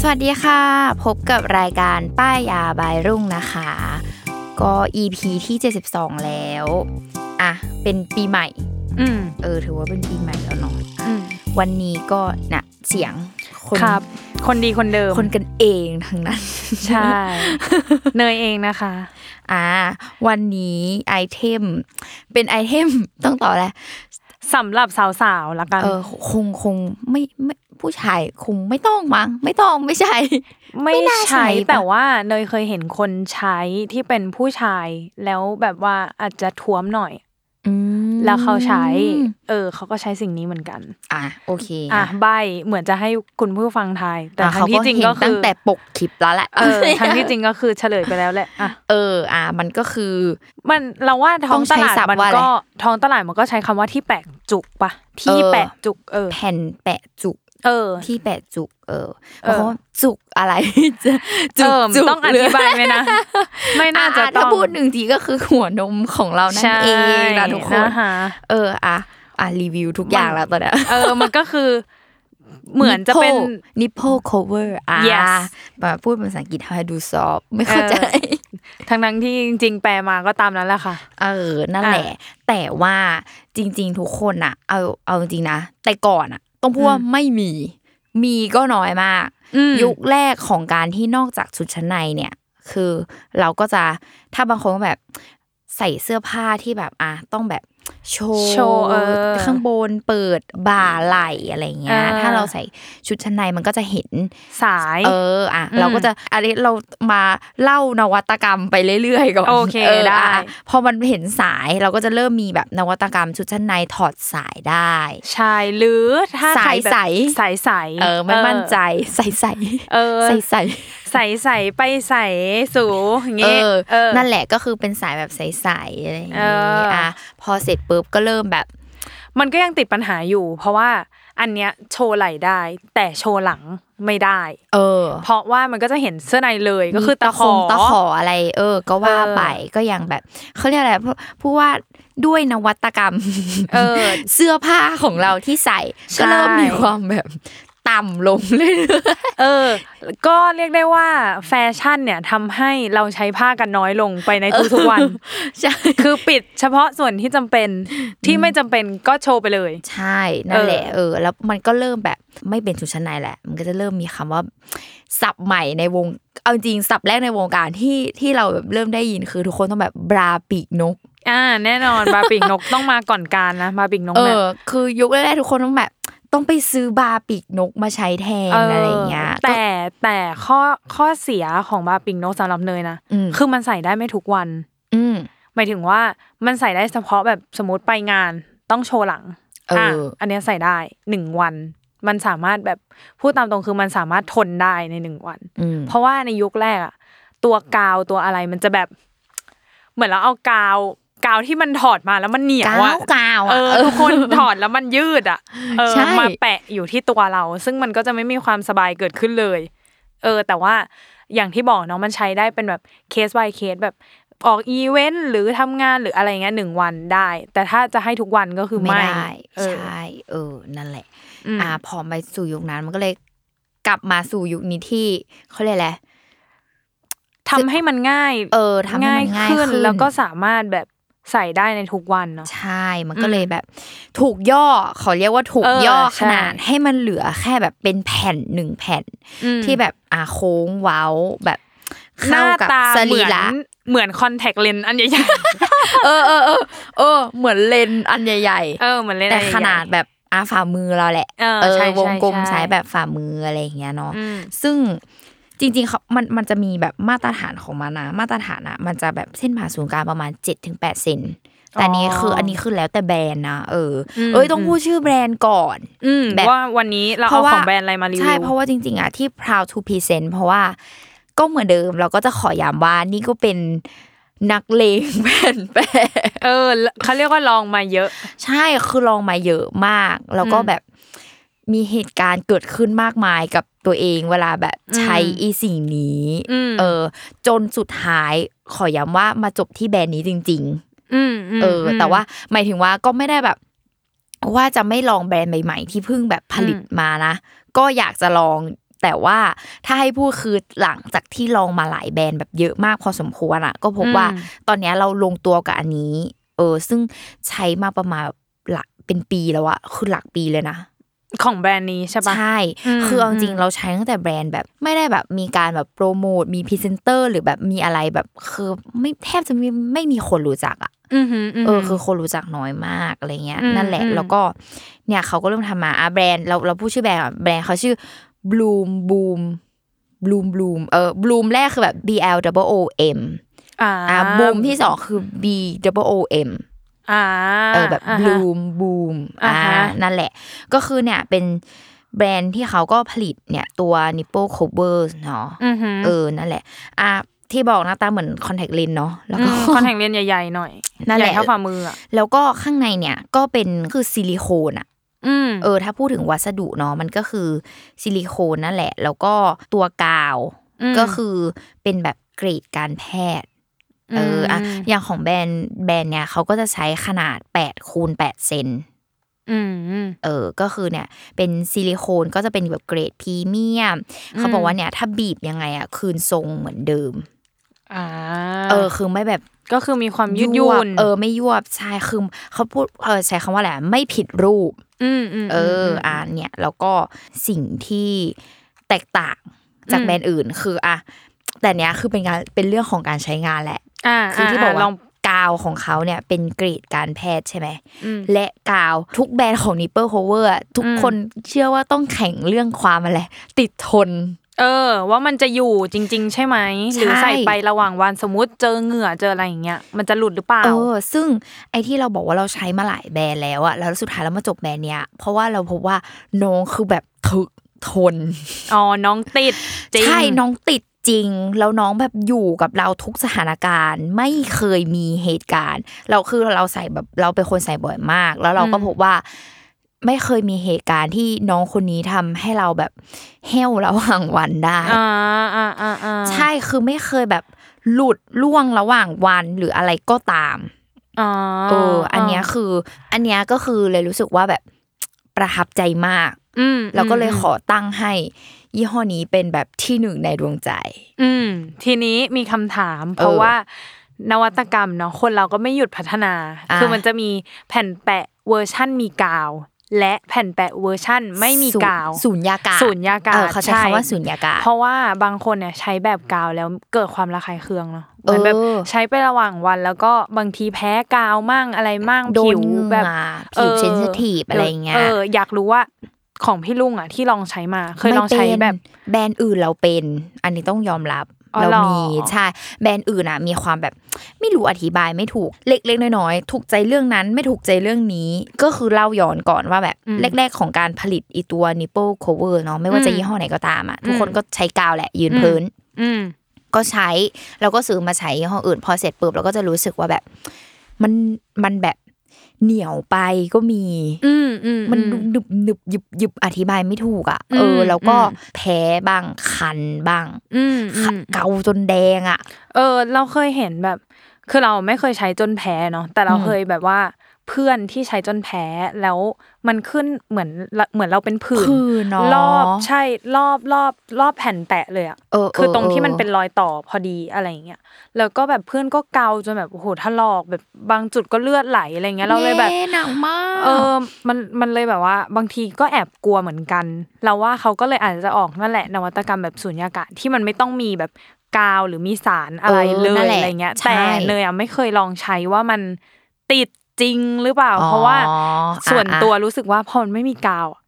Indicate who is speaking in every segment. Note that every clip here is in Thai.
Speaker 1: สวัสดีค่ะ พบกับรายการป้ายยาบายรุ่งนะคะ ก็ EP ที่ 72 แล้ว อ่ะ เป็นปีใหม่
Speaker 2: อืม
Speaker 1: เออ ถือว่าเป็นปีใหม่แล้วเนาะ
Speaker 2: อืม
Speaker 1: วันนี้ก็นะเสียงคน
Speaker 2: ครับ คนดีคนเดิม
Speaker 1: คนกันเองทั้งนั้น
Speaker 2: ใช่ เนยเองนะคะ
Speaker 1: อ่า วันนี้ไอเทม เป็นไอเทม ต้องต่อแหละไร
Speaker 2: สำหรับสาวๆละกัน
Speaker 1: เออคงคงไม่ไม่ผู้ชายคงไม่ต้องมั้งไม่ต้องไม่ใช่
Speaker 2: ไม่
Speaker 1: ไม่น่าใช้
Speaker 2: ใช้
Speaker 1: ปะ
Speaker 2: แต่ว่าเนยเคยเห็นคนใช้ที่เป็นผู้ชาย แล้วแบบว่าอาจจะท้วมหน่อย แล้วเขาใช้ เออ เขาก็ใช้สิ่งนี้เหมือนกัน
Speaker 1: อ่ะโอเค
Speaker 2: อ่ะใบเหมือนจะให้คุณผู้ฟังทาย แต่
Speaker 1: อ่ะ
Speaker 2: ทั้งที่จริงก็
Speaker 1: เขาเห็น
Speaker 2: คื
Speaker 1: ตั้ง
Speaker 2: อ
Speaker 1: แต่ปกคลิปแล้วแหละ
Speaker 2: เออทั้งที่จริงก็คือเฉลยไปแล้วแหละอ่ะ
Speaker 1: เอออ่ะมันก็คือ
Speaker 2: มันเราว่าท้องตลาด
Speaker 1: ต้องใช้ศัพท์
Speaker 2: มัน
Speaker 1: ว่าอะไร
Speaker 2: ก็ท้องตลาดมันก็ใช้คำว่าที่แปะจุกปะที่
Speaker 1: เออ
Speaker 2: แปะจุกเออ
Speaker 1: แผ่นแปะจุก
Speaker 2: เออ
Speaker 1: ที่แปะจุก เออ
Speaker 2: เออ
Speaker 1: เพราะว่าจุกอะไร จะจุ
Speaker 2: เอก อ
Speaker 1: จุก
Speaker 2: ต้องอ
Speaker 1: หรื
Speaker 2: ธิบายไหมนะ ไม่น่าจะ
Speaker 1: อ่
Speaker 2: ต้
Speaker 1: ถ้า
Speaker 2: อง
Speaker 1: พูดหนึ่งทีก็คือหัวนมของเรานั่น
Speaker 2: ใช่
Speaker 1: เองนะทุกคน
Speaker 2: ฮะ
Speaker 1: เอออ่ะอ่ะรีวิวทุกอย่างแล้วตอนเนี้ย
Speaker 2: เออมันก็คือ เหมือนจะเป็น
Speaker 1: นิป p l e cover อ่ะ
Speaker 2: Yes
Speaker 1: มาพูดเป็นภาษาอังกฤษให้ดูซอฟไม่เข้าใจ
Speaker 2: ทั้งนั้นที่จริงๆ แปลมาก็ตามนั้นแหละค่ะ
Speaker 1: เออ นั่นแหละ แต่ว่าจริง ๆ ทุกคนอ่ะ เอาเอาจริงๆนะ แต่ก่อนอ่ะ ต้องพูดว่าไม่มี มีก็น้อยมาก
Speaker 2: อืม
Speaker 1: ยุคแรกของการที่นอกจากชุดชั้นในเนี่ย คือเราก็จะถ้าบางคนก็แบบใส่เสื้อผ้าที่แบบอ่ะต้องแบบโชว์
Speaker 2: โชว์เออ
Speaker 1: ข้างบนเปิดบ่าไหล่อะไรเงี้ย
Speaker 2: อ่า
Speaker 1: ถ้าเราใส่ชุดชั้นในมันก็จะเห็น
Speaker 2: สาย
Speaker 1: เอออ่ะ
Speaker 2: อืม
Speaker 1: เราก็จะอันนี้เรามาเล่านวัตกรรมไปเรื่อยๆก่อน
Speaker 2: โอเคได้
Speaker 1: ะะพอมันเห็นสายเราก็จะเริ่มมีแบบนวัตกรรมชุดชั้นในถอดสายได้
Speaker 2: ใช่หรือถ้าใครแบบ
Speaker 1: สาย
Speaker 2: สายใส
Speaker 1: เออไม่มั่นใจใส่ใส่
Speaker 2: เออ
Speaker 1: ใส่ใส่
Speaker 2: ใสใสไปใสสูอย่าง
Speaker 1: เอ
Speaker 2: เงี้ย
Speaker 1: อ
Speaker 2: เออ
Speaker 1: นั่นแหละก็คือเป็นสายแบบใสๆอะไรอย่างเงี้
Speaker 2: เอออ่
Speaker 1: อ่ะพอเสร็จปุ๊บก็เริ่มแบบ
Speaker 2: มันก็ยังติดปัญหาอยู่ เพราะว่าอันเนี้ยโชว์ไหล่ได้ แต่โชว์หลังไม่ได้
Speaker 1: เออ
Speaker 2: เพราะว่ามันก็จะเห็นเสื้อในเลยก็คือ
Speaker 1: มี
Speaker 2: ตะขอ
Speaker 1: งตะขออะไร เออ ก็ว่า
Speaker 2: เออ
Speaker 1: ไปก็ยังแบบเขาเรียกอะไรผู้ว่าด้วยนวัตกรรม
Speaker 2: เออ
Speaker 1: เสื้อผ้าของเราที่ใส่
Speaker 2: ใช่
Speaker 1: ก็เริ่มมีความแบบต่ำลงเรื่อย
Speaker 2: เออ ก็เรียกได้ว่าแฟชั่นเนี่ยทำให้เราใช้ผ้ากันน้อยลงไปในทุกๆวัน
Speaker 1: ๆใช่
Speaker 2: คือปิดเฉพาะส่วนที่จำเป็นที่ไม่จำเป็นก็โชว์ไปเลย
Speaker 1: ใช่นั่นแหละเออ แล้วมันก็เริ่มแบบไม่เป็นชุดชั้นในแหละ มันก็จะเริ่มมีคำว่าศัพท์ใหม่ในวงเอาจริงศัพท์แรกในวงการที่ที่เราแบบเริ่มได้ยินคือทุกคนต้องแบบบราปีกนก
Speaker 2: อ่า แน่นอนบาปิกนกต้องมาก่อนการนะบาปิกนก
Speaker 1: เอ
Speaker 2: เนี่ย
Speaker 1: อ คือยุคแรกๆทุกคนต้องแบบต้องไปซื้อบราปีกนกมาใช้แทน
Speaker 2: เอออ
Speaker 1: อะไรอย่างเงี้ยก็
Speaker 2: แต่แต่ข้อข้อเสียของบาปิงโนกสำหรับเนยนะ
Speaker 1: อืม
Speaker 2: คือมันใส่ได้ไม่ทุกวัน
Speaker 1: อืม
Speaker 2: หมายถึงว่ามันใส่ได้เฉพาะแบบสมมติไปงานต้องโชว์หลัง
Speaker 1: เอออ่
Speaker 2: อันเนี้ยใส่ได้หนึ่งวัน มันสามารถแบบพูดตามตรงคือมันสามารถทนได้ในหนึ่งวัน
Speaker 1: อืม
Speaker 2: เพราะว่าในยุคแรกอะตัวกาวตัวอะไรมันจะแบบ เหมือนเราเอากาว กาวที่มันถอดมาแล้วมันเหนียว
Speaker 1: กาว
Speaker 2: อะ
Speaker 1: กาว
Speaker 2: เอ
Speaker 1: อ่ะ
Speaker 2: อทุกคนถอดแล้วมันยืดอะเออ
Speaker 1: ใช่
Speaker 2: มาแปะอยู่ที่ตัวเรา ซึ่งมันก็จะไม่มีความสบายเกิดขึ้นเลย เออ แต่ว่าอย่างที่บอกเนาะมันใช้ได้เป็นแบบเคส by เคสแบบ ออกอีเวนต์หรือทำงานหรืออะไรเงี้ยหนึ่งวันได้ แต่ถ้าจะให้ทุกวันก็คือ
Speaker 1: ไม่
Speaker 2: ไม่
Speaker 1: ได้
Speaker 2: เออ
Speaker 1: ใช่เออ นั่นแหละ
Speaker 2: อืม
Speaker 1: อ่าพอไปสู่ยุคนั้นมันก็เลยกลับมาสู่ยุคนี้ที่เขาเรียกอะไร
Speaker 2: ทำให้มันง่าย
Speaker 1: เออทำให้มันง่ายขึ้น
Speaker 2: แล้วก็สามารถแบบใส่ได้ในทุกวันเนาะ
Speaker 1: ใช่ มันก็เลยแบบ ถูกย่อเขาเรียกว่าถูก
Speaker 2: เออย่
Speaker 1: อ
Speaker 2: ใช่
Speaker 1: ขนาดให้มันเหลือแค่แบบเป็นแผ่นหนึ่งแผ่น
Speaker 2: อืม
Speaker 1: ที่แบบอ่าโค้งเว้าแบบ
Speaker 2: ห
Speaker 1: เข้า
Speaker 2: น้า
Speaker 1: กับ
Speaker 2: ตา
Speaker 1: ส
Speaker 2: เห
Speaker 1: รี
Speaker 2: มือน
Speaker 1: ระ
Speaker 2: เหมือนคอนแทคเลนส์อันใหญ่
Speaker 1: เออเออเออเออ เหมือนเลนส์อันใหญ่
Speaker 2: ๆ เออเหมือนเลนส์
Speaker 1: แต่
Speaker 2: อันใหญ่ๆ
Speaker 1: ขนาดแบบอาฝ่ามือเราแหละ
Speaker 2: เออใช่ใช่
Speaker 1: วงกลม
Speaker 2: ใช่
Speaker 1: สายแบบฝ่ามืออะไรอย่างเงี้ยเนาะ
Speaker 2: อืม
Speaker 1: ซึ่งจริงๆเขามันมันจะมีแบบมาตรฐานของมันนะ มาตรฐานอะมันจะแบบเส้นผ่าศูนย์กลางประมาณ7-8ถึงเซนแต่อันนี้คืออันนี้คือแล้วแต่แบรนด์นะเอออ
Speaker 2: ม
Speaker 1: เอ้ยต้องพูดชื่อแบรนด์ก่อน
Speaker 2: อืม
Speaker 1: แบบ
Speaker 2: ว่าวันนี้เราเอาของแบรนด์อะไรมารีวิว
Speaker 1: ใช่เพราะว่าจริงๆอะที่ proud to present เพราะว่าก็เหมือนเดิมเราก็จะขอย้ำว่านี่ก็เป็นนักเลงแบรนด์แปร
Speaker 2: เออเขาเรียกว่าลองมาเยอะ
Speaker 1: ใช่ คือลองมาเยอะมาก แล้วก็
Speaker 2: อืม
Speaker 1: แบบมีเหตุการณ์เกิดขึ้นมากมายกับตัวเองเวลาแบบใช้
Speaker 2: อืม
Speaker 1: อีสิ่งนี้
Speaker 2: อืม
Speaker 1: เออ จนสุดท้ายขอย้ำว่ามาจบที่แบรนด์นี้จริง
Speaker 2: อืมม
Speaker 1: ๆ เออ แต่ว่าหมายถึงว่าก็ไม่ได้แบบ ว่าจะไม่ลองแบรนด์ใหม่ ๆ ที่เพิ่งแบบผลิตมานะ ก็อยากจะลอง แต่ว่าถ้าให้พูดคือหลังจากที่ลองมาหลายแบรนด์แบบเยอะมากพอสมควรอ่ะ ก็พบว่า
Speaker 2: อืม
Speaker 1: ตอนเนี้ยเราลงตัวกับอันนี้ เออ ซึ่งใช้มาประมาณหลักเป็นปีแล้วอะคือหลักปีเลยนะ
Speaker 2: ของแบรนด์นี้ใช่ปะ
Speaker 1: ใช่
Speaker 2: อืม
Speaker 1: คือเอาจริง
Speaker 2: อื
Speaker 1: ๆ
Speaker 2: ม
Speaker 1: เราใช้ตั้งแต่แบรนด์แบบไม่ได้แบบมีการแบบโปรโมท มีพรีเซนเตอร์ หรือแบบมีอะไรแบบคือไม่แทบจะไม่ไม่มีคนรู้จักอะ
Speaker 2: อือหืหื
Speaker 1: เออ คือคนรู้จักน้อยมากอะไรเงี้ย
Speaker 2: อืม
Speaker 1: นั่นแหละ
Speaker 2: อืม
Speaker 1: แล้วก็เนี่ยเขาก็เริ่มทำมาอ่ะแบรนด์เราเราพูดชื่อแบรนด์ก่อนแบรนด์เขาชื่อ Bloom Boom Bloom Bloom เออ Bloom แรกคือแบบ B L O O M
Speaker 2: อ่า
Speaker 1: อ่ะ Boom ที่สองคือ B O O M
Speaker 2: อ่า
Speaker 1: เออแบบ
Speaker 2: า
Speaker 1: บ
Speaker 2: ฮะ
Speaker 1: ลูมบูมอ่า
Speaker 2: อ่าฮะ
Speaker 1: นั่นแหละ ก็คือเนี่ยเป็นแบรนด์ที่เขาก็ผลิตเนี่ยตัว nipple cover เนาะ
Speaker 2: อือหือ
Speaker 1: เออ นั่นแหละ อ่ะที่บอกหน้าตาเหมือนคอนแทคเลนเนาะแล้วก็
Speaker 2: มคอนแทคเลนส์ใหญ่ๆหน่อย
Speaker 1: นั่นแหละ
Speaker 2: ใญ่เท่าฝ่ามืออ่ะ
Speaker 1: แล้วก็ข้างในเนี่ยก็เป็นคือซิลิโคนอะ
Speaker 2: อืม
Speaker 1: เออ ถ้าพูดถึงวัสดุเนาะมันก็คือซิลิโคนนั่นแหละ แล้วก็ตัวกาว
Speaker 2: ม
Speaker 1: ก็คือเป็นแบบเกรดการแพทย์ เอออ่ะ
Speaker 2: ม
Speaker 1: อย่างของแบรนด์แบรนด์เนี่ยเขาก็จะใช้ขนาด8คูณ8เซน
Speaker 2: อืม
Speaker 1: เออ ก็คือเนี่ยเป็นซิลิโคนก็จะเป็นแบบเกรดพรีเมียม เขาบอกว่าเนี่ยถ้าบีบยังไงอะคืนทรงเหมือนเดิม
Speaker 2: อ่า
Speaker 1: เออ คือไม่แบบ
Speaker 2: ก็คือมีความยืดหยุ่
Speaker 1: วน บเออ ไม่ยวบใช่คือเขาพูดเออใช้คำว่าอะไรอะไม่ผิดรูป
Speaker 2: มอืม
Speaker 1: เออ
Speaker 2: ม
Speaker 1: ออ่าเนี่ยแล้วก็สิ่งที่แตกต่างจากแบรนด์อื่นคืออะแต่เนี้ยคือเป็นการเป็นเรื่องของการใช้งานแหละ
Speaker 2: อ่า
Speaker 1: คือที่บอก
Speaker 2: ล
Speaker 1: ว่า
Speaker 2: อง
Speaker 1: กาวของเขาเนี่ยเป็นเกรดการแพทย์ใช่ไหม
Speaker 2: อืม
Speaker 1: และกาวทุกแบรนด์ของ Nipple Cover อะทุก
Speaker 2: อืม
Speaker 1: คนเชื่อว่าต้องแข่งเรื่องความอะไร ติดทน
Speaker 2: เออ ว่ามันจะอยู่จริง ๆ ใช่ไหมหรือ
Speaker 1: ใช่
Speaker 2: ใส่ไประหว่างวันสมมติเจอเหงื่อเจออะไรอย่างเงี้ยมันจะหลุดหรือเปล่า
Speaker 1: เออ ซึ่งไอ้ที่เราบอกว่าเราใช้มาหลายแบรนด์แล้วอะแล้วสุดท้ายเรามาจบแบรนด์เนี้ย เพราะว่าเราพบว่าน้องคือแบบถึกทน
Speaker 2: อ๋อ น้องติดจริง
Speaker 1: ใช่น้องติดจริง แล้วน้องแบบอยู่กับเราทุกสถานการณ์ ไม่เคยมีเหตุการณ์ เราคือเราใส่แบบเราเป็นคนใส่บ่อยมาก แล้วเราก็พบว่า ไม่เคยมีเหตุการณ์ที่น้องคนนี้ทำให้เราแบบแห้วระหว่างวันได้
Speaker 2: อ่าอ่าอ่าอ่า
Speaker 1: ใช่คือไม่เคยแบบหลุดล่วงระหว่างวันหรืออะไรก็ตาม
Speaker 2: อ๋อ
Speaker 1: เออ อันเนี้ยคือ อันเนี้ยก็คือเลยรู้สึกว่าแบบประทับใจมาก
Speaker 2: อืม
Speaker 1: แล้วก็เลย
Speaker 2: ม
Speaker 1: ขอตั้งให้ ยี่ห้อนี้เป็นแบบที่หนึ่งในดวงใจ
Speaker 2: อืม ทีนี้มีคำถาม เพ
Speaker 1: เอ
Speaker 2: ราะ
Speaker 1: อ
Speaker 2: ว่านวัตกรรมเนาะคนเราก็ไม่หยุดพัฒนา
Speaker 1: อ่ะ
Speaker 2: คือมันจะมีแผ่นแปะเวอร์ชั่นมีกาว และแผ่นแปะเวอร์ชั่นไม่มีกาว
Speaker 1: ศูนย์ยากาศ
Speaker 2: ศูนยากาศ
Speaker 1: เออเขาใช้คำว่าศูนยากาศ
Speaker 2: เพราะว่าบางคนเนี่ยใช้แบบกาวแล้วเกิดความระคายเคืองเนาะเหมือน
Speaker 1: เออ
Speaker 2: แบบใช้ไประหว่างวันแล้วก็บางทีแพ้กาวมั่งอะไรมั่ง
Speaker 1: โด
Speaker 2: ผิ
Speaker 1: น
Speaker 2: ว
Speaker 1: เหงื่อ
Speaker 2: แบบ
Speaker 1: ผิว
Speaker 2: ออ
Speaker 1: เซนซิทีฟอะไรเงี้ย
Speaker 2: เอออยากรู้ว่าของพี่ลุงอ่ะที่ลองใช้มาเคยลองใช้แบบ
Speaker 1: ไม่เป็นแบรนด์อื่นเราเป็น อันนี้ต้องยอมรับ
Speaker 2: อ๋อ
Speaker 1: เรา
Speaker 2: เหรอ
Speaker 1: มีใช่แบรนด์อื่นอ่ะ มีความแบบไม่รู้อธิบายไม่ถูกเล็กๆน้อยๆถูกใจเรื่องนั้นไม่ถูกใจเรื่องนี้ ก็คือเล่าย้อนก่อนว่าแบบแรก ๆ ของการผลิตอีตัว nipple cover เนาะไม่ว่าจะยี่ห้อไหนก็ตามอ่ะทุกคนก็ใช้กาวแหละยืนพื้น
Speaker 2: อืม
Speaker 1: ก็ใช้เราก็ซื้อมาใช้ยี่ห้ออื่น พอเสร็จปุ๊บเราก็จะรู้สึกว่าแบบมันมันแบบเหนียวไปก็มี
Speaker 2: อืมอืม
Speaker 1: มันหนึบหนึบหยึบหยึบอธิบายไม่ถูกอ่ะเออ
Speaker 2: ม
Speaker 1: แล้วก็
Speaker 2: อืม
Speaker 1: แพ้บ้างคันบ้าง
Speaker 2: อืมอืม
Speaker 1: เกาจนแดงอ่ะ
Speaker 2: เออ เราเคยเห็นแบบ คือเราไม่เคยใช้จนแพ้เนาะแต่เรา
Speaker 1: อืม
Speaker 2: เคยแบบว่าเพื่อนที่ใช้จนแพ้แล้วมันขึ้นเหมือนละเหมือนเราเป็นผื่น
Speaker 1: คือเนาะ
Speaker 2: รอบใช่รอบรอบรอบแผ่นแตะเลยอ่ะ
Speaker 1: เออเออ
Speaker 2: คือตรงที่มัน
Speaker 1: เออ
Speaker 2: เป็นรอยต่อพอดีอะไรอย่างเงี้ยแล้วก็แบบเพื่อนก็เกาจนแบบโอ้โหถลอกแบบบางจุดก็เลือดไหลอะไรเงี้ยเราเลยแบบ
Speaker 1: หนักมาก
Speaker 2: เออมันมันเลยแบบว่า บางทีก็แอบกลัวเหมือนกัน เราว่าเขาก็เลยอาจจะออกนั่นแหละนวัตกรรมแบบสุญญากาศที่มันไม่ต้องมีแบบกาวหรือมีสารอะไร
Speaker 1: เออ
Speaker 2: เล
Speaker 1: นั่
Speaker 2: ย
Speaker 1: นแหละ
Speaker 2: อะไรเงี้ย
Speaker 1: ใช่
Speaker 2: แต่เนยอ่ะไม่เคยลองใช้ว่ามันติดจริงหรือเปล่า
Speaker 1: อ๋อ
Speaker 2: เพราะว่า
Speaker 1: อ่ะ
Speaker 2: ส่วน
Speaker 1: อ่ะ
Speaker 2: ตัวรู้สึกว่าพอมันไม่มีกาวอ่ะ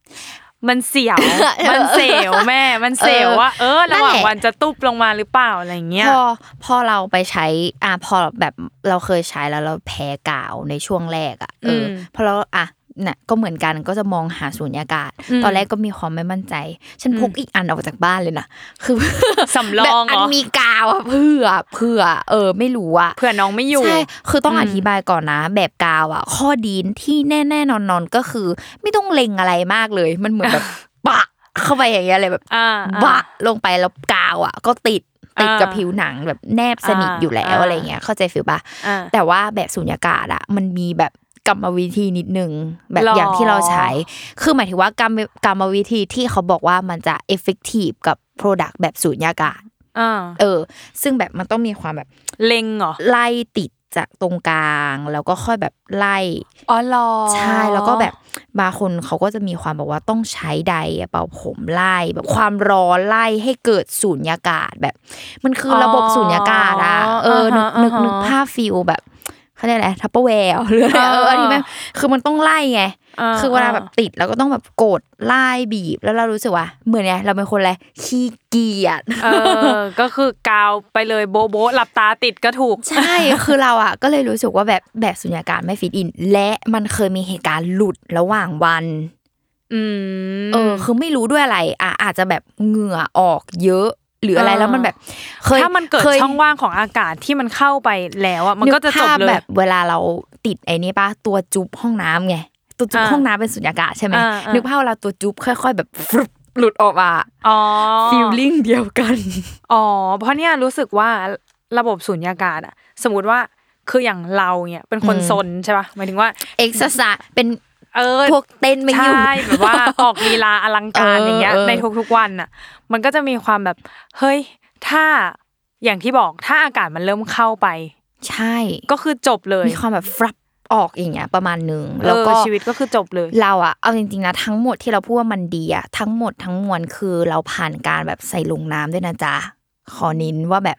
Speaker 2: มันเสียว มันเสียวแม่ มันเสียว
Speaker 1: เออ
Speaker 2: ว่า เออระห
Speaker 1: นั่นแห
Speaker 2: ว่าง
Speaker 1: ละ
Speaker 2: วันจะตุบลงมาหรือเปล่าอะไรเงี้ย
Speaker 1: พอพอเราไปใช้อ่ะพอแบบเราเคยใช้แล้วเราแพ้กาวในช่วงแรกอ่ะเอออ
Speaker 2: ม
Speaker 1: พอเราอ่ะน่ะก็เหมือนกันก็จะมองหาสูญญากาศ
Speaker 2: อืม
Speaker 1: ตอนแรกก็มีความไม่มั่นใจ ฉันพกอีกอันออกจากบ้านเลยนะคือ
Speaker 2: สำรอง
Speaker 1: แบบ
Speaker 2: เหรอ
Speaker 1: อันมีกาวอะเพื่อเพื่อ เออ ไม่รู้อะ
Speaker 2: เผื่อน้องไม่อยู่
Speaker 1: ใช่ คือต้อง
Speaker 2: อืม
Speaker 1: อธิบายก่อนนะ แบบกาวอ่ะ ข้อดีที่แน่ ๆ นอนๆก็คือ ไม่ต้องเล็งอะไรมากเลย มันเหมือนแบบ ปะเข้าไปอย่างเงี้ยเลยแบบ
Speaker 2: อ่า
Speaker 1: บะลงไปแล้วกาวอ่ะ ก็ติดติด
Speaker 2: อ่า
Speaker 1: กับผิวหนังแบบแนบสนิทอยู่แล้ว
Speaker 2: อ่า
Speaker 1: อะไรเงี้ย เข้าใจฟิลปะ
Speaker 2: อ่า
Speaker 1: แต่ว่าแบบสุญญากาศอ่ะ มันมีแบบกรรมวิธีนิดนึงแบบ
Speaker 2: หรอ
Speaker 1: อ
Speaker 2: อ
Speaker 1: ย่างที่เราใช้ คือหมายถึงว่ากรรมกรรมวิธีที่เขาบอกว่ามันจะเอฟเฟกตีฟกับโปรดักต์แบบสุญญากาศ
Speaker 2: อ่า
Speaker 1: เออ ซึ่งแบบมันต้องมีความแบบ
Speaker 2: เล็งเหรอ
Speaker 1: ไล่ติดจากตรงกลางแล้วก็ค่อยแบบไล่
Speaker 2: อ๋อเหรอ
Speaker 1: ใช่แล้วก็แบบบางคนเขาก็จะมีความแบบว่าต้องใช้ใดอะเป่าผมไล่แบบความร้อนไล่ให้เกิดสูญญากาศแบบ มันคือระบบสูญญากาศอ่ะเออนึกนึกนึกภาพฟิลแบบเขาเรียกอะไรทัปเปอร์แวร์หรืออะไรเอออันนี้แม่งคือมันต้องไล่ไง
Speaker 2: า
Speaker 1: คือเวลาแบบติดแล้วก็ต้องแบบกดไล่บีบ แล้วเรารู้สึกว่าเหมือนไงเราเป็นคนอะไรขี้เกียจ
Speaker 2: เออ ก็คือกาวไปเลยโบะโบะหลับตาติดก็ถูก
Speaker 1: ใช่ คือเราอ่ะ ก็เลยรู้สึกว่าแบบแบบสุญญากาศไม่ฟิตอิน และมันเคยมีเหตุการณ์หลุดระหว่างวัน
Speaker 2: อืม
Speaker 1: เออ คือไม่รู้ด้วยอะไร อ่ะอาจจะแบบเหงื่อออกเยอะ หรืออะไร
Speaker 2: อ่า
Speaker 1: แล้วมันแบบเคย
Speaker 2: ถ้ามันเกิด
Speaker 1: คย
Speaker 2: ช่องว่างของอากาศที่มันเข้าไปแล้วอ่ะมันก็จะจ
Speaker 1: นึ
Speaker 2: บ
Speaker 1: ภาพ
Speaker 2: เลย
Speaker 1: แบบเวลาเราติดไอ้นี่ปะตัวจุ๊บห้องน้ำไง ตัวจุ๊บ
Speaker 2: อ่า
Speaker 1: ห้องน้ำเป็นสุญญากาศใช่ไหม
Speaker 2: อ่าอ่านึ
Speaker 1: นึกภาพเราตัวจุ๊บค่อย ๆ แบบฟรึบหลุดออกมา
Speaker 2: อ๋อ
Speaker 1: ฟีลลิ่งเดียวกัน
Speaker 2: อ๋อเพราะเนี่ยรู้สึกว่าระบบสูญญากาศอ่ะ สมมติว่าคืออย่างเราเนี่ยเป็นคน
Speaker 1: อืม
Speaker 2: ซนใช่ป่ะหมายถึงว่า
Speaker 1: เอ็กซ์ซเป็น
Speaker 2: เออ
Speaker 1: พวกเต้นไม่หยุด
Speaker 2: ใช่แบบว่า อ อกลีลาอลังการ
Speaker 1: เออ
Speaker 2: อ
Speaker 1: อย่าง
Speaker 2: เงี้ย
Speaker 1: เออ
Speaker 2: ในทุกๆวันน่ะ มันก็จะมีความแบบเฮ้ยถ้าอย่างที่บอกถ้าอากาศมันเริ่มเข้าไป
Speaker 1: ใช่
Speaker 2: ก็คือจบเลย
Speaker 1: มีความแบบฟรับออกอย่างเงี้ยประมาณหนึ่ง
Speaker 2: เออ
Speaker 1: แล้วก็
Speaker 2: ชีวิตก็คือจบเลย
Speaker 1: เราอะเอาจริงๆนะทั้งหมดที่เราพูดว่ามันดีอะทั้งหมดทั้งมวลคือเราผ่านการแบบใส่ลงน้ำด้วยนะจ๊ะ ขอเนิ้นว่าแบบ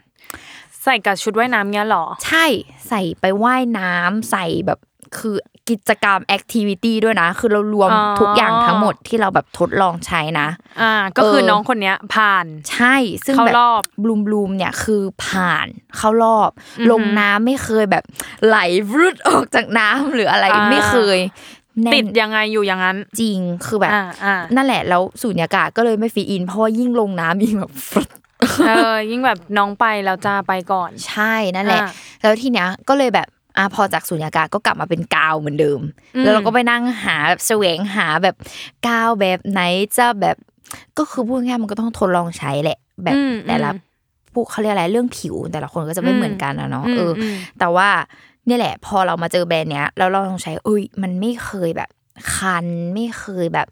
Speaker 2: ใส่กับชุดว่ายน้ำเงี้ยหรอ
Speaker 1: ใช่ใส่ไปว่ายน้ำใส่แบบคือกิจกรรมแอคทิวิตี้ด้วยนะ คือเรารวม
Speaker 2: อ๋อ
Speaker 1: ทุกอย่างทั้งหมดที่เราแบบทดลองใช้นะ
Speaker 2: อ่า ก็คือ
Speaker 1: เออ
Speaker 2: น้องคนเนี้ยผ่าน
Speaker 1: ใช่ซึ่งแบบ
Speaker 2: เข้ารอบบ
Speaker 1: ลูมบลูมเนี่ยคือผ่านเข้ารอบ
Speaker 2: อือหือ
Speaker 1: ลงน้ำไม่เคยแบบไหลวรุดออกจากน้ำหรืออะไร
Speaker 2: อ่า
Speaker 1: ไม่เคยแน่น
Speaker 2: ติดยังไงอยู่อย่างนั้น
Speaker 1: จริงคือแบบ
Speaker 2: อ่าอ่า
Speaker 1: นั่นแหละแล้วสูญญากาศก็เลยไม่ฟีอิน เพราะว่ายิ่งลงน้ำยิ่งแบบ
Speaker 2: เออยิ่งแบบน้องไปแล้วจ้าไปก่อน
Speaker 1: ใช่นั่นแหละ
Speaker 2: อ่า
Speaker 1: แล้วทีเนี้ยก็เลยแบบอ่ะพอจากสูญญากาศก็กลับมาเป็นกาวเหมือนเดิม
Speaker 2: อืม
Speaker 1: แล้วเราก็ไปนั่งหาแบบแสวงหาแบบกาวแบบไหนจะแบบก็คือพูดง่ายๆมันก็ต้องทดลองใช้แหละ แบบ
Speaker 2: อืม
Speaker 1: แต่ละ
Speaker 2: อืม
Speaker 1: ผู้เขาเรียกอะไรเรื่องผิว แต่ละคนก็จะไม่
Speaker 2: อืม
Speaker 1: เหมือนกันนะเนาะเอออ
Speaker 2: ม
Speaker 1: แต่ว่าเนี่ยแหละพอเรามาเจอแบรนด์เนี้ยแล้วเราลองใช้เอ้ยมันไม่เคยแบบ คันไม่เคยแบบ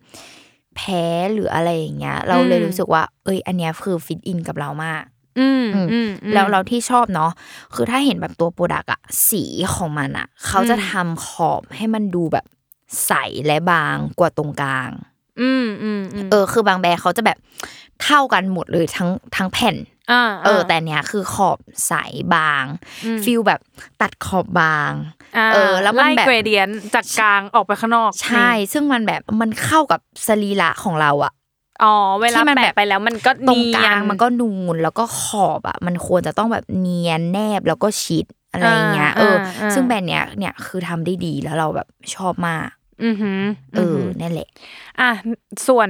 Speaker 1: แพ้หรืออะไรอย่างเงี้ย เราเลย
Speaker 2: อืม
Speaker 1: รู้สึกว่า เอ้ย อันเนี้ยคือฟิตอินกับเรามาก
Speaker 2: อืมอืมอืม
Speaker 1: แล้วเราที่ชอบเนาะคือถ้าเห็นแบบตัวโปรดักอะสีของมันอะเขาจะทำขอบให้มันดูแบบใสและบางกว่าตรงกลาง
Speaker 2: อืมอืมอืม
Speaker 1: เออ คือบางแบรนด์เขาจะแบบเท่ากันหมดเลยทั้งทั้งแผ่น
Speaker 2: อ่า
Speaker 1: เออ แต่เนี้ยคือขอบใสบางฟิลแบบตัดขอบบาง
Speaker 2: า
Speaker 1: เออแล้วมัน
Speaker 2: ไล่
Speaker 1: แบบ
Speaker 2: เกรเดียนจากกลางออกไปข้างนอก
Speaker 1: ใช่ ซึ่งมันแบบมันเข้ากับสรีระของเราอะ
Speaker 2: อ๋อเวลา
Speaker 1: ที่มั
Speaker 2: แปะไปแล้วมันก็
Speaker 1: ตรงกลาง
Speaker 2: เย
Speaker 1: มันก็นูนแล้วก็ขอบอะมันควรจะต้องแบบเนียนแนบแล้วก็ชิดอะไรอย่างเงี้ย
Speaker 2: อ่า
Speaker 1: เอออา ซึ่งแบรนด์เนี้ยเนี่ยคือทำได้ดีแล้วเราแบบชอบมาก
Speaker 2: อือหือ
Speaker 1: เออ
Speaker 2: หื
Speaker 1: อนั่นแหละ
Speaker 2: อ่ะส่วน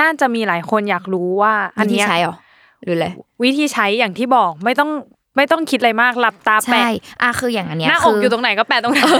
Speaker 2: น่าจะมีหลายคนอยากรู้ว่า อัน
Speaker 1: วิธี
Speaker 2: เนี้ย
Speaker 1: ใช้เหรอหรืออะไร
Speaker 2: วิธีใช้อย่างที่บอกไม่ต้อง ไม่ต้องคิดอะไรมากหลับตาแปะ
Speaker 1: ใช่อ่ะคืออย่างอันเนี้ย
Speaker 2: หน้าอก
Speaker 1: คื
Speaker 2: อยู่ตรงไหนก็แปะตรงนั้น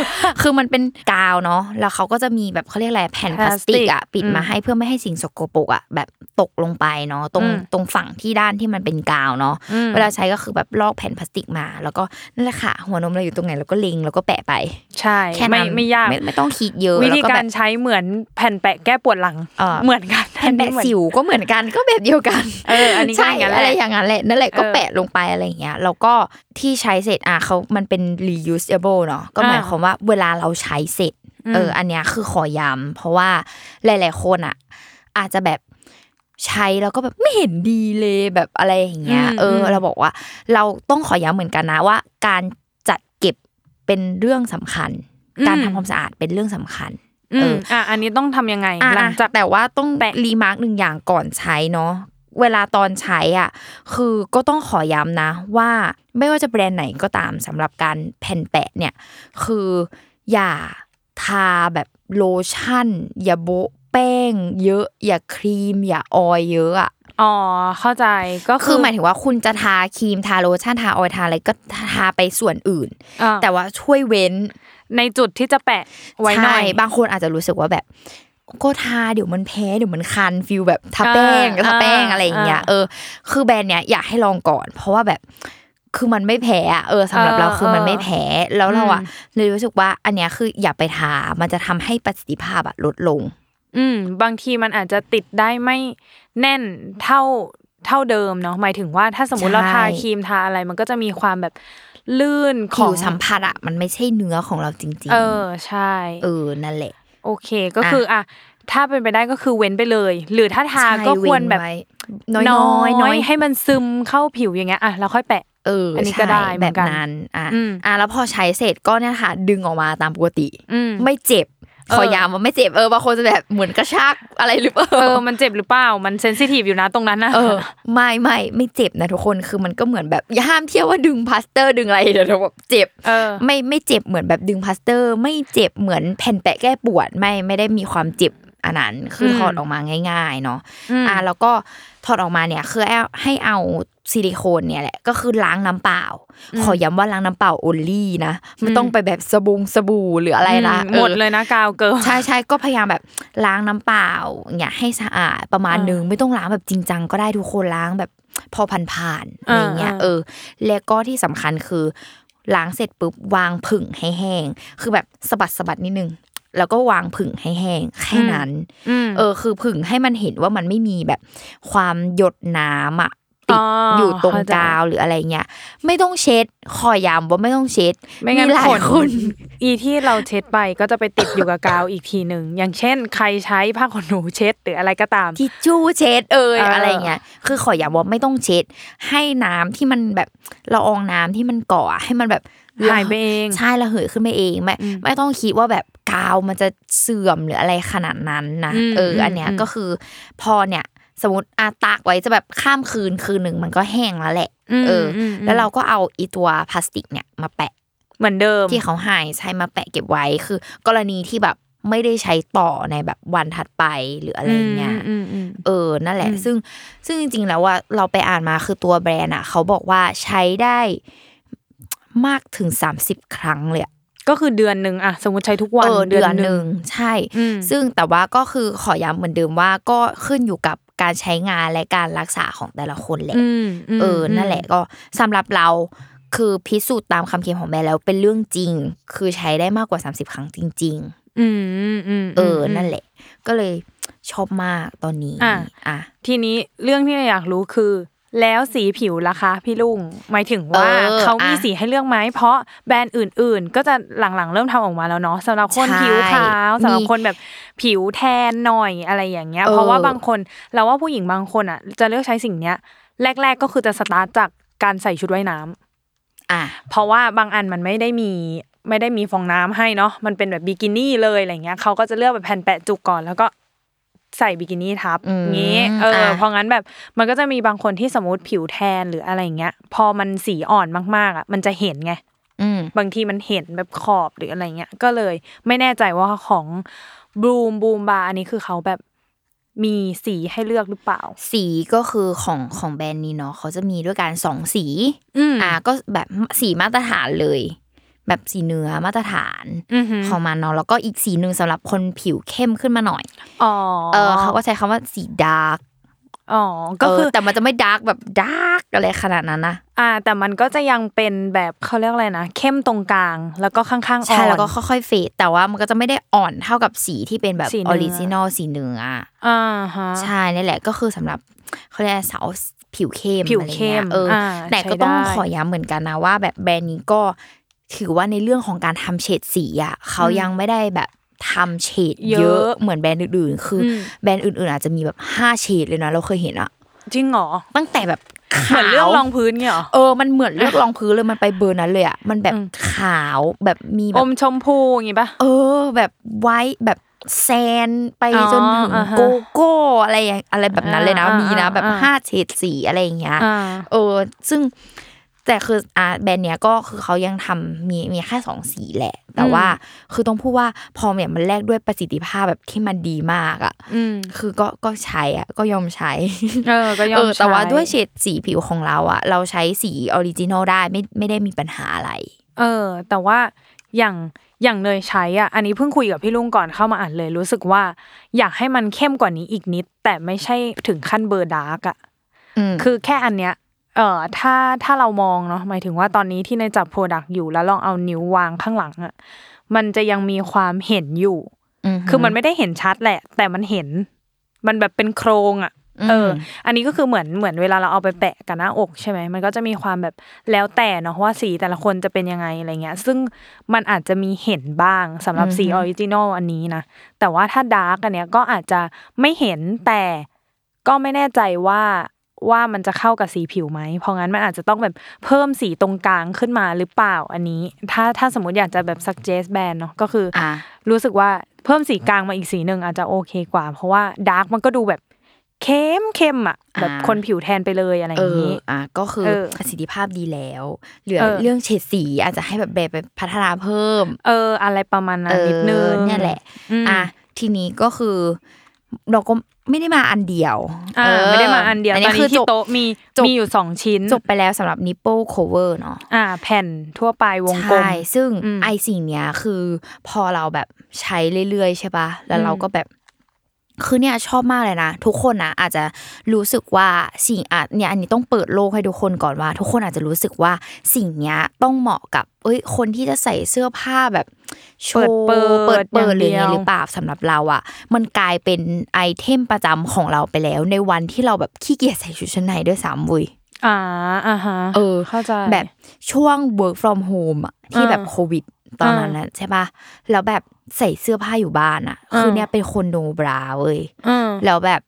Speaker 1: คือมันเป็นกาวเนาะ แล้วเขาก็จะมีแบบเขาเรียกอะไรแผ่นพลาสติกอะ
Speaker 2: พลาสติก
Speaker 1: ปิดมา
Speaker 2: อืม
Speaker 1: ให้เพื่อไม่ให้สิ่งสกปรกอะแบบตกลงไปเนาะตรง
Speaker 2: อืม
Speaker 1: ตรงฝั่งที่ด้านที่มันเป็นกาวเนาะ
Speaker 2: อืม
Speaker 1: เวลาใช้ก็คือแบบลอกแผ่นพลาสติกมา แล้วก็นั่นแหละค่ะ หัวนมเราอยู่ตรงไหนเราก็เล็งแล้วก็แปะไป
Speaker 2: ใช่
Speaker 1: แค่นั้
Speaker 2: ไม่
Speaker 1: น
Speaker 2: ไม่ยาก
Speaker 1: ไม่ไม่ต้องคิดเยอะ
Speaker 2: วิธี
Speaker 1: แล้วก็
Speaker 2: กา
Speaker 1: แบ
Speaker 2: ร
Speaker 1: บ
Speaker 2: ใช้เหมือนแผ่นแปะแก้ปวดหลัง
Speaker 1: เอ่อ
Speaker 2: เหมือนกัน
Speaker 1: แผ่นแปะ
Speaker 2: อัเหมือ
Speaker 1: สิวก็เหมือนกันก็แบบเดียวกัน
Speaker 2: เอออันนี้ก็
Speaker 1: ใช่
Speaker 2: อย่างนั้นแหละ
Speaker 1: อะไรอย่างนั้นแหละนั่นแหละก็
Speaker 2: เออ
Speaker 1: แปะลงไปอะไรอย่างเงี้ยแล้วก็ที่ใช้เสร็จอ่ะเขามันเป็น reusable เนาะก็หมาย
Speaker 2: อ่า
Speaker 1: ความว่าเวลาเราใช้เสร็จ เออ อันเนี้ยคือขอย้ำเพราะว่าหลาย ๆ คนอ่ะ อาจจะแบบใช้แล้วก็แบบไม่เห็นดีเลยแบบอะไรอย่างเงี้ย
Speaker 2: อืม
Speaker 1: เอออ
Speaker 2: ม
Speaker 1: เราบอกว่า เราต้องขอย้ำเหมือนกันนะว่า การจัดเก็บเป็นเรื่องสำคัญ การทำความสะอาดเป็นเรื่องสำคัญ
Speaker 2: อื
Speaker 1: เอ
Speaker 2: ม
Speaker 1: อ
Speaker 2: อ่ะอันนี้ต้องทำยังไง
Speaker 1: อ่ะ
Speaker 2: หลังจาก
Speaker 1: แต่ว่าต้อง
Speaker 2: แปะ
Speaker 1: รีมาร์กหนึ่งอย่างก่อนใช้เนาะเวลาตอนใช้อ่ะคือก็ต้องขอย้ำนะว่าไม่ว่าจะแบรนด์ไหนก็ตามสำหรับการแผ่นแปะเนี่ยคืออย่าทาแบบโลชั่น อย่าโบะแป้ง เยอะ อย่าครีม อย่าออยเยอะอ่ะ
Speaker 2: อ๋อเข้าใจก็
Speaker 1: คือหมายถึงว่าคุณจะทาครีมทาโลชั่นทาออยทาอะไรก็ทาไปส่วนอื่น
Speaker 2: อ่ะ
Speaker 1: แต่ว่าช่วยเว้น
Speaker 2: ในจุดที่จะแปะไว้หน่อย
Speaker 1: ใช่บางคนอาจจะรู้สึกว่าแบบ ก็ทาเดี๋ยวมันแพ้เดี๋ยวมันคันฟิลแบบทาแป้ง
Speaker 2: อ่า
Speaker 1: ทาแป้ง
Speaker 2: อ่า
Speaker 1: อะไรอย่างเงี้ย
Speaker 2: อ่า
Speaker 1: เออ คือแบรนด์เนี้ยอยากให้ลองก่อน เพราะว่าแบบคือมันไม่แพ้อะเออสำหรับ
Speaker 2: เออ
Speaker 1: เราคือมันไม่แพ้แล้วเราอะ
Speaker 2: อื
Speaker 1: เลยรู้สึกว่าอันเนี้ยคืออย่าไปทา มันจะทำให้ประสิทธิภาพอะลดลง
Speaker 2: อืมบางทีมันอาจจะติดได้ไม่แน่นเท่าเท่าเดิมเนาะหมายถึงว่าถ้าสมมติ
Speaker 1: ใช่
Speaker 2: เราทาครีมทาอะไร มันก็จะมีความแบบลื่นข
Speaker 1: ผิ
Speaker 2: อ
Speaker 1: ว
Speaker 2: ง
Speaker 1: สัมผัสอะมันไม่ใช่เนื้อของเราจริง ๆ
Speaker 2: เออใช่
Speaker 1: เออนั่นแหละ
Speaker 2: โอเคก็คืออ่ะถ้าเป็นไปได้ก็คือเว้นไปเลย หรือถ้าทา
Speaker 1: ใช่
Speaker 2: ก็ควรแบบ
Speaker 1: เว้นไว้น้อยๆน้อย
Speaker 2: ให้มันซึมเข้าผิวอย่างเงี้ยอ่ะแล้วค่อยแปะ
Speaker 1: เออ
Speaker 2: อั
Speaker 1: อั
Speaker 2: นนี้ก็ได้เหมื
Speaker 1: แบ
Speaker 2: อบ นกัน
Speaker 1: นั้นอ่ะ
Speaker 2: อืม
Speaker 1: อ่ะแล้วพอใช้เสร็จก็เนี่ยค่ะดึงออกมาตามปกติ
Speaker 2: อืม
Speaker 1: ไม่เจ็บ
Speaker 2: เอ
Speaker 1: ข
Speaker 2: อ
Speaker 1: อย้ำว่าไม่เจ็บ เออบางคนจะแบบเหมือนกระชากอะไรหรือเปล่า
Speaker 2: เออมันเจ็บหรือเปล่ามันเซนซิทีฟอยู่นะตรงนั้นนะ
Speaker 1: เออ ไม่ไม่ไม่เจ็บนะทุกคนคือมันก็เหมือนแบบอย่าห้ามเที่ยวว่าดึงพลาสเตอร์ดึงอะไรเดี๋ยวเราแบบเจ็บ
Speaker 2: เออ
Speaker 1: ไม่ไม่เจ็บเหมือนแบบดึงพลาสเตอร์ ไม่เจ็บเหมือนแผ่นแปะแก้ปวดไม่ไม่ได้มีความเจ็บอันนั้นคืออ
Speaker 2: ม
Speaker 1: ถอดออกมาง่าย ๆ เนาะ
Speaker 2: ม
Speaker 1: อ่าแล้วก็ถอดออกมาเนี่ยคือเอาให้เอาซิลิโคนเนี่ยแหละก็คือล้างน้ำเปล่า ขอย้ำว่าล้างน้ำเปล่าโอลี่นะไม่ต้องไปแบบสบงสบู่หรืออะไรนะ
Speaker 2: อืม
Speaker 1: ออ
Speaker 2: หมดเลยนะกาวเกิล
Speaker 1: ใช่ใช่ก็พยายามแบบล้างน้ำเปล่าเนี่ยให้สะอาดประมาณ
Speaker 2: อ่า
Speaker 1: นึ
Speaker 2: นึ
Speaker 1: งไม่ต้องล้างแบบจริงจังก็ได้ทุกคนล้างแบบพอผ่านๆอะ
Speaker 2: อ่า
Speaker 1: ไรเงี้ย
Speaker 2: อ่า
Speaker 1: เออ แล้วก็ที่สำคัญคือล้างเสร็จปุ๊บวางผึ่งให้แห้ง คือแบบสะบัดสะบัดนิดนึง แล้วก็วางผึ่งให้แห้งแค่นั้น
Speaker 2: อืม
Speaker 1: เออคือผึ่งให้มันเห็นว่ามันไม่มีแบบความหยดน้ำอะติด
Speaker 2: อ๋อ
Speaker 1: อยู่ตรง
Speaker 2: เข้าใจ
Speaker 1: กาวหรืออะไรเงี้ยไม่ต้องเช็ดขอย้ำว่าไม่ต้องเช็ด
Speaker 2: ไม่งั้น
Speaker 1: หลา
Speaker 2: ข
Speaker 1: ย
Speaker 2: น
Speaker 1: คน
Speaker 2: อีที่เราเช็ดไปก็จะไปติดอยู่กับกาวอีกทีหนึ่งอย่างเช่น ใครใช้ผ้าขนหนูเช็ดหรืออะไรก็ตาม
Speaker 1: ทิชชู่เช็ดเอย
Speaker 2: เอออ
Speaker 1: อะไรเงี้ยคือขอย้ำว่าไม่ต้องเช็ด ให้น้ำที่มันแบบละอองน้ำที่มันเกาะอะให้มันแบบ
Speaker 2: หายไปเอง
Speaker 1: ใช่ระเหยขึ้นไปเองไม่ไม่ต้องคิดว่าแบบกาวมันจะเสื่อมหรืออะไรขนาดนั้นนะ
Speaker 2: อืม
Speaker 1: เอออันเนี้ย
Speaker 2: อืม
Speaker 1: ก็คือพอเนี่ยสมมติอาตากไว้จะแบบข้ามคืนคืนหนึ่งมันก็แห้งแล้วแหละ
Speaker 2: ม
Speaker 1: เอออ
Speaker 2: ม
Speaker 1: แล้วเราก็เอาอีตัวพลาสติกเนี่ยมาแปะ
Speaker 2: เหมือนเดิม
Speaker 1: ที่เขาให้ใช้มาแปะเก็บไว้คือ กรณีที่แบบไม่ได้ใช้ต่อในแบบวันถัดไปหรืออะไรอย่างเงี้ย
Speaker 2: อืมอืม
Speaker 1: เออนั่นแหละ
Speaker 2: อืม
Speaker 1: ซึ่งซึ่งจริงๆแล้วว่าเราไปอ่านมาคือตัวแบรนด์อ่ะเขาบอกว่าใช้ได้มากถึง 30 ครั้งเลยอะ
Speaker 2: ก็คือเดือนหนึ่งอะสมมติใช้ทุกวัน
Speaker 1: เออเดือนหนึ่งใช่
Speaker 2: อืม
Speaker 1: ซึ่งแต่ว่าก็คือขอย้ำเหมือนเดิมว่าก็ขึ้นอยู่กับการใช้งานและการรักษาของแต่ละคนแหละ
Speaker 2: อืมม
Speaker 1: เออ นั่นแหละก็สำหรับเราคือพิสูจน์ตามคำเค็มของแม่แล้วเป็นเรื่องจริง คือใช้ได้มากกว่า 30 ครั้งจริง
Speaker 2: อืมอืมม
Speaker 1: ๆ เออ นั่นแหละ ก็เลยชอบมากตอนนี้
Speaker 2: อ่ะ
Speaker 1: อ่ะ
Speaker 2: ทีนี้เรื่องที่เราอยากรู้คือ แล้วสีผิวล่ะคะพี่ลุงหมายถึงว่า
Speaker 1: เออ
Speaker 2: เขามี
Speaker 1: อ่ะ
Speaker 2: สีให้เลือกไหมเพราะแบรนด์อื่น ๆ ก็จะหลังๆเริ่มทำออกมาแล้วเนาะสำหรับคน
Speaker 1: ใช่
Speaker 2: ผิวขาวสำหรับ
Speaker 1: มี
Speaker 2: คนแบบผิวแทนหน่อยอะไรอย่างเงี้ย
Speaker 1: เออ
Speaker 2: เพราะว่าบางคนเราว่าผู้หญิงบางคนอ่ะ จะเลือกใช้สิ่งเนี้ย แรก ๆ ก็คือจะสตาร์ทจากการใส่ชุดว่ายน้ำ
Speaker 1: อ่ะ
Speaker 2: เพราะว่าบางอันมันไม่ได้มีไม่ได้มีฟองน้ำให้เนาะมันเป็นแบบบิกินี่เลยอะไรเงี้ยเขาก็จะเลือกแบบแผ่นแปะจุกก่อนแล้วก็ ใส่บิกินี่ทับ
Speaker 1: อืม
Speaker 2: งี้ เอออะ เพราะงั้นแบบมันก็จะมีบางคนที่สมมติผิวแทนหรืออะไรอย่างเงี้ย พอมันสีอ่อนมากๆอ่ะ มันจะเห็นไง
Speaker 1: อืม
Speaker 2: บางทีมันเห็นแบบขอบหรืออะไรเงี้ย ก็เลยไม่แน่ใจว่าของบูมบูมบาอันนี้คือเขาแบบ มีสีให้เลือกหรือเปล่า
Speaker 1: สีก็คือของของแบรนด์นี้เนาะเขาจะมีด้วยกันสองสี
Speaker 2: อืม
Speaker 1: อ่าก็แบบสีมาตรฐานเลย แบบสีเนื้อมาตรฐาน
Speaker 2: อือหือ
Speaker 1: ของมันเนาะแล้วก็อีกสีหนึ่งสำหรับคนผิวเข้มขึ้นมาหน่อย
Speaker 2: อ๋อ
Speaker 1: เออเขาก็ใช้คำว่าสีดาร์ก
Speaker 2: อ๋อก็คือ
Speaker 1: แต่มันจะไม่ดาร์กแบบดาร์กอะไรขนาดนั้นนะ
Speaker 2: อ่า แต่มันก็จะยังเป็นแบบเขาเรียกอะไรนะ เข้มตรงกลาง แล้วก็ข้างๆอ่
Speaker 1: ใช่
Speaker 2: อน
Speaker 1: แล้วก็ค่อยๆเฟดแต่ว่ามันก็จะไม่ได้อ่อนเท่ากับสีที่เป็นแบบ
Speaker 2: สี
Speaker 1: อ
Speaker 2: เนื้
Speaker 1: อ
Speaker 2: อ
Speaker 1: ริจินอลสีเนื้ออ่ะ
Speaker 2: อ่าฮะ
Speaker 1: ใช่นี่แหละก็คือสำหรับเขาเรียกสาวผิวเข้ม
Speaker 2: ผิว
Speaker 1: อะไร
Speaker 2: เข้
Speaker 1: เงี้
Speaker 2: ม
Speaker 1: ยเอออา แต่ก็ต้อง
Speaker 2: ใช้ได้
Speaker 1: ขอย้ำเหมือนกันนะว่า แบบแบรนด์นี้ก็ถือว่าในเรื่องของการทำเฉดสีอ่ะเขายังไม่ได้แบบทำเฉดเย
Speaker 2: เย
Speaker 1: อะ
Speaker 2: อะ
Speaker 1: เหมือนแบรนด์อื่นๆ คืออ
Speaker 2: ม
Speaker 1: แบรนด์อื่นๆ อาจจะมีแบบห้าเฉดเลยนะเราเคยเห็นอะ
Speaker 2: จริงเหรอ
Speaker 1: ตั้งแต่แบบ
Speaker 2: เหมือนเรื่อง
Speaker 1: ขาว
Speaker 2: รองพื้นเงี้ยเหรอ
Speaker 1: เออ มันเหมือนเลือกรองพื้นเลย มันไปเบอร์นั้นเลยอ่ะ มันแบบ
Speaker 2: อืม
Speaker 1: ขาวแบบมีแบ
Speaker 2: อบ มชมพูอย่างงี้ปะ
Speaker 1: เออ แบบไว้แบบแซนไป
Speaker 2: อ๋อ
Speaker 1: จนถึง
Speaker 2: อ่าฮะ
Speaker 1: โกโก้อะไรอย่างอะไรแบบนั้นเลยนะ
Speaker 2: อ่าอ่า
Speaker 1: มีนะ แบบ
Speaker 2: อ่า
Speaker 1: ห้าเฉดสีอะไรอย่างเงี้ย
Speaker 2: อ่า
Speaker 1: เออ ซึ่งแต่คืออ่าแบรนด์เนี้ยก็คือเขายังทำมีมีแค่สองสีแหละ แต่
Speaker 2: อืม
Speaker 1: ว่าคือต้องพูดว่าพอเนี่ยมันแลกด้วยประสิทธิภาพแบบที่มันดีมากอ่ะ
Speaker 2: อืม
Speaker 1: คือก็ก็ใช้อ่ะ ก็ยอมใช้
Speaker 2: เออ ก็ยอม
Speaker 1: เออแต่ว่า
Speaker 2: ใช้
Speaker 1: ด้วยเฉดสีผิวของเราอะเราใช้สีออริจินอลได้ไม่ไม่ได้มีปัญหาอะไร
Speaker 2: เออ แต่ว่าอย่างอย่างเนยใช้อ่ะ อันนี้เพิ่งคุยกับพี่ลุงก่อนเข้ามาอ่านเลย รู้สึกว่าอยากให้มันเข้มกว่านี้อีกนิด แต่ไม่ใช่ถึงขั้นเบอร์ดาร์กอ่ะ
Speaker 1: อืม
Speaker 2: คือแค่อันเนี้ย เอ่อ ถ้า ถ้าเรามองเนาะ หมายถึงว่าตอนนี้ที่ในจับโปรดักต์อยู่แล้วลองเอานิ้ววางข้างหลังอะมันจะยังมีความเห็นอยู่ คือมันไม่ได้เห็นชัดแหละ แต่มันเห็น มันแบบเป็นโครงอะเออ อันนี้ก็คือเหมือน เหมือนเวลาเราเอาไปแปะกับหน้าอกใช่ไหม มันก็จะมีความแบบแล้วแต่เนาะว่าสีแต่ละคนจะเป็นยังไงอะไรเงี้ย ซึ่งมันอาจจะมีเห็นบ้างสำหรับสีออริจินอลอันนี้นะ แต่ว่าถ้าดาร์กอันเนี้ยก็อาจจะไม่เห็นแต่ก็ไม่แน่ใจว่าว่ามันจะเข้ากับสีผิวไหม เพราะงั้นมันอาจจะต้องแบบเพิ่มสีตรงกลางขึ้นมาหรือเปล่าอันนี้ ถ้าถ้าสมมติอยากจะแบบ suggest แบรนด์เนาะก็คืออ
Speaker 1: อ่า
Speaker 2: รู้สึกว่าเพิ่มสีกลางมาอีกสีหนึ่งอาจจะโอเคกว่า เพราะว่าดาร์กมันก็ดูแบบเข้มเข้มๆอะแบบ
Speaker 1: อ่า
Speaker 2: คนผิวแทนไปเลยอะไรอ
Speaker 1: เอย่าง อ
Speaker 2: นี้
Speaker 1: อ่ะก็คือ
Speaker 2: เออ
Speaker 1: ประสิทธิภาพดีแล้ว เหลือ
Speaker 2: เออ
Speaker 1: เรื่องเฉดสีอาจจะให้แบบแบบไปพัฒนาเพิ่ม
Speaker 2: เออ อะไรประมาณนั้นนิดนึง
Speaker 1: เออเนี่ยแหละ
Speaker 2: อืม
Speaker 1: อ่ะทีนี้ก็คือ เราก็ไม่ได้มาอันเดียว
Speaker 2: ะ
Speaker 1: เออ
Speaker 2: ไม่ได้มาอันเดียวตอนนี้ที่
Speaker 1: จบ
Speaker 2: โต๊ะมี
Speaker 1: จบ
Speaker 2: มีอยู่สองชิ้น
Speaker 1: จบไปแล้วสำหรับ nipple cover เนาะ
Speaker 2: อ่าแผ่นทั่วไปวงกลม
Speaker 1: ใช่ ซึ่ง
Speaker 2: อืม
Speaker 1: ไอสิ่งเนี้ยคือพอเราแบบใช้เรื่อยๆใช่ปะแล้วเราก็แบบ คือเนี่ยชอบมากเลยนะ ทุกคนนะอาจจะรู้สึกว่าสิ่งอ่ะเนี่ยอันนี้ต้องเปิดโลกให้ทุกคนก่อนว่า ทุกคนอาจจะรู้สึกว่าสิ่งเนี้ยต้องเหมาะกับ เอ้ย คนที่จะใส่เสื้อผ้าแบบโชว์
Speaker 2: เปิดเปิ
Speaker 1: เปิด
Speaker 2: ด
Speaker 1: เปิดหรือ
Speaker 2: อ
Speaker 1: ไง
Speaker 2: ย่างเดียว
Speaker 1: หรือเปล่าสำหรับเราอ่ะ มันกลายเป็นไอเทมประจำของเราไปแล้ว ในวันที่เราแบบขี้เกียจใส่ชุดชั้นในด้วยซ้ำเว้ย
Speaker 2: อ่าอ่าฮะ
Speaker 1: เออ
Speaker 2: เข้าใจ
Speaker 1: แบบช่วง work from home อะที่แบบ
Speaker 2: อ่า
Speaker 1: โควิดตอนนั้นนะใช่ปะแล้วแบบใส่เสื้อผ้าอยู่บ้านอะ
Speaker 2: อ่า
Speaker 1: คือเนี่ยเป็นคนโนบราเว้ย
Speaker 2: อืม
Speaker 1: แล้วแบบ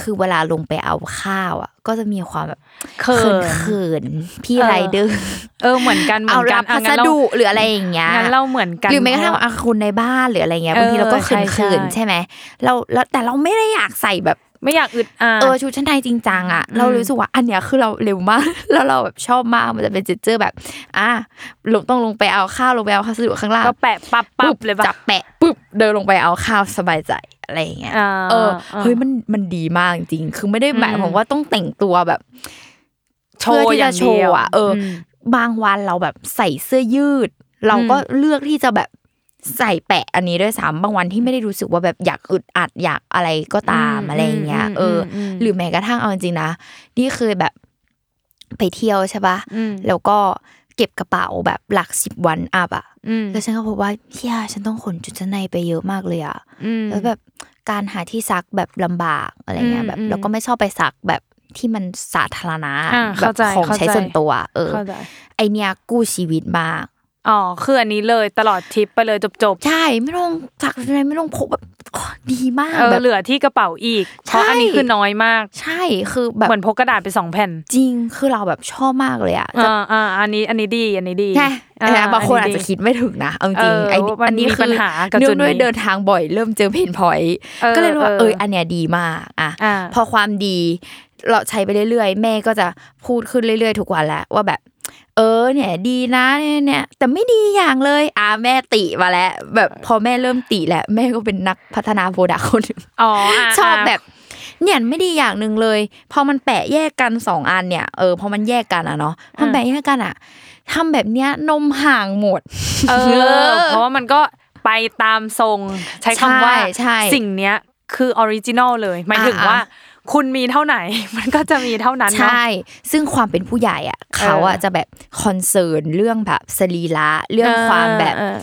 Speaker 1: คือเวลาลงไปเอาข้าวอะก็จะมีความแบบ
Speaker 2: เขิน
Speaker 1: เขินๆพี่ไรเดอร์
Speaker 2: เออเหมือนกันเหมื
Speaker 1: เอา
Speaker 2: อนกั
Speaker 1: รั
Speaker 2: น
Speaker 1: บพั
Speaker 2: อ่ะ
Speaker 1: ส
Speaker 2: งั้นเรา
Speaker 1: ดุหรืออะไรอย่างเงี้ย
Speaker 2: งั้นเราเหมือนกัน
Speaker 1: หรือแม้กระทั่ง
Speaker 2: เพราะว่า
Speaker 1: อาคุณในบ้านหรืออะไรเงี้
Speaker 2: เออบ
Speaker 1: ยางทีเราก็
Speaker 2: ใช่
Speaker 1: เขิน
Speaker 2: ใช่
Speaker 1: เขินๆใช่ไหมเราแล้วแต่เราไม่ได้อยากใส่แบบ
Speaker 2: ไม่อยากอึดอัด
Speaker 1: เออชุดชั้นในจริงจังอะเรารู้สึกว่าอันเนี้ยคือเราเร็วมาก แล้วเราแบบชอบมากมันจะเป็นเจเจอร์แบบ อ่ะลงต้องลงไปเอาข้าวลงไปเอาข้าวสะดวกข้างล่าง
Speaker 2: ก็แปะปับปับเลยปะ
Speaker 1: จับแปะปุ๊บเดินลงไปเอาข้าวสบายใจอะไรอย่างเงี้ย
Speaker 2: อ่า
Speaker 1: เออ
Speaker 2: อ่า
Speaker 1: เฮ้ยมันมันดีมากจริงๆคือไม่ได้หมายความว่าต้องแต่งตัวแบบ
Speaker 2: โชว์
Speaker 1: เพื่ที่จะ
Speaker 2: อย่างเดีย
Speaker 1: โช
Speaker 2: ว
Speaker 1: ว์อะเอออ
Speaker 2: ม
Speaker 1: บางวันเราแบบใส่เสื้อยืด เราก็เลือกที่จะแบบใส่แปะอันนี้ด้วยซ้ำบางวันที่ไม่ได้รู้สึกว่าแบบอยากอึดอัดอยากอะไรก็ตาม
Speaker 2: อืม
Speaker 1: อะไรอย่างเงี้ย
Speaker 2: อืม
Speaker 1: เอออ
Speaker 2: มอืม
Speaker 1: หรือแม้กระทั่งเอาจริงๆนะนี่เคยแบบไปเที่ยวใช่ปะ
Speaker 2: อืม
Speaker 1: แล้วก็เก็บกระเป๋าแบบหลักสิบวันอัพอะ
Speaker 2: อืม
Speaker 1: แล้วฉันก็พบว่าเฮียฉันต้องขนจุดชั้นในไปเยอะมากเลยอะ
Speaker 2: อืม
Speaker 1: แล้วแบบการหาที่ซักแบบลำบากอะไรเงี้ย
Speaker 2: อืม
Speaker 1: แบบ
Speaker 2: อืม
Speaker 1: แล้วก็ไม่ชอบไปซักแบบที่มันสาธารณะ
Speaker 2: อ่า
Speaker 1: แบ
Speaker 2: เข้า
Speaker 1: บ
Speaker 2: ใจ
Speaker 1: ของ
Speaker 2: เข้า
Speaker 1: ใช้
Speaker 2: ใจ
Speaker 1: ส่วนตัว เออ
Speaker 2: เข้าใจ
Speaker 1: ไอเนี้ยกู้ชีวิตมาก
Speaker 2: อ๋อคืออันนี้เลยตลอดทริปไปเลยจบจบ
Speaker 1: ใช่ไม่ต้องซักอะไรไม่ต้องพกแบบโอ้ดีมา
Speaker 2: ๆ
Speaker 1: ก
Speaker 2: เออ
Speaker 1: แบบ
Speaker 2: เหลือที่กระเป๋าอีก เพ
Speaker 1: ใช่
Speaker 2: ราะอันนี้คือน้อยมาก
Speaker 1: ใช่คือแบบ
Speaker 2: เหมือนพกกระดาษไปสองแผ่น
Speaker 1: จริงคือเราแบบชอบมากเลยอะจะ
Speaker 2: อ่าอ่าอันนี้อันนี้ดีอันนี้ดี
Speaker 1: ใช่
Speaker 2: อ่
Speaker 1: นะบางคนอาจ
Speaker 2: ดี
Speaker 1: จะคิดไม่ถึงนะเอาจริง
Speaker 2: เออ
Speaker 1: ไอ
Speaker 2: มัน
Speaker 1: อันนี้
Speaker 2: มี
Speaker 1: คื
Speaker 2: ปัญ
Speaker 1: อ
Speaker 2: หากับจุ
Speaker 1: เนื่อง
Speaker 2: ด
Speaker 1: ด้
Speaker 2: นี้
Speaker 1: วยเดินทางบ่อยเริ่มเจอเพนพอยต์
Speaker 2: เออ
Speaker 1: ก็เลยว่า
Speaker 2: เออ
Speaker 1: เอออันเนี้ยดีมากอะ
Speaker 2: อ่า
Speaker 1: พอความดีเราใช้ไปเรื่อยๆ แม่ก็จะพูดขึ้นเรื่อยๆ ทุกวันแล้วว่าแบบ เออเนี่ย ดีนะเนี่ยเนี่ยแต่ไม่ดีอย่างเลยอ่าแม่ติมาแล้ว แบบพอแม่เริ่มติแล้วแม่ก็เป็นนักพัฒนาโปรดักคนหนึ่ง
Speaker 2: อ๋ออ่ะ
Speaker 1: ชอบแบบเนี่ยไม่ดีอย่างหนึ่งเลย พอมันแปะแยกกันสองอันเนี่ยเออพอมันแยกกันอะเนาะพอมันแปะแยกกันอะทำแบบเนี้ยนมห่างหมด
Speaker 2: เอ
Speaker 1: เอ อ
Speaker 2: อเพราะว่ามันก็ไปตามทรงใช้คำว่า
Speaker 1: ใช่ใช่
Speaker 2: สิ่งเนี้ยคือออริจินอลเลยหมายถึง
Speaker 1: อ่ะ
Speaker 2: ว่า คุณมีเท่าไหน มันก็จะมีเท่านั้นเนาะ
Speaker 1: ใช่ ซึ่งความเป็นผู้ใหญ่อะเขาอะ
Speaker 2: เออ
Speaker 1: จะแบบคอนเซิร์นเรื่องแบบสรีระเรื่องความแบบ
Speaker 2: เออ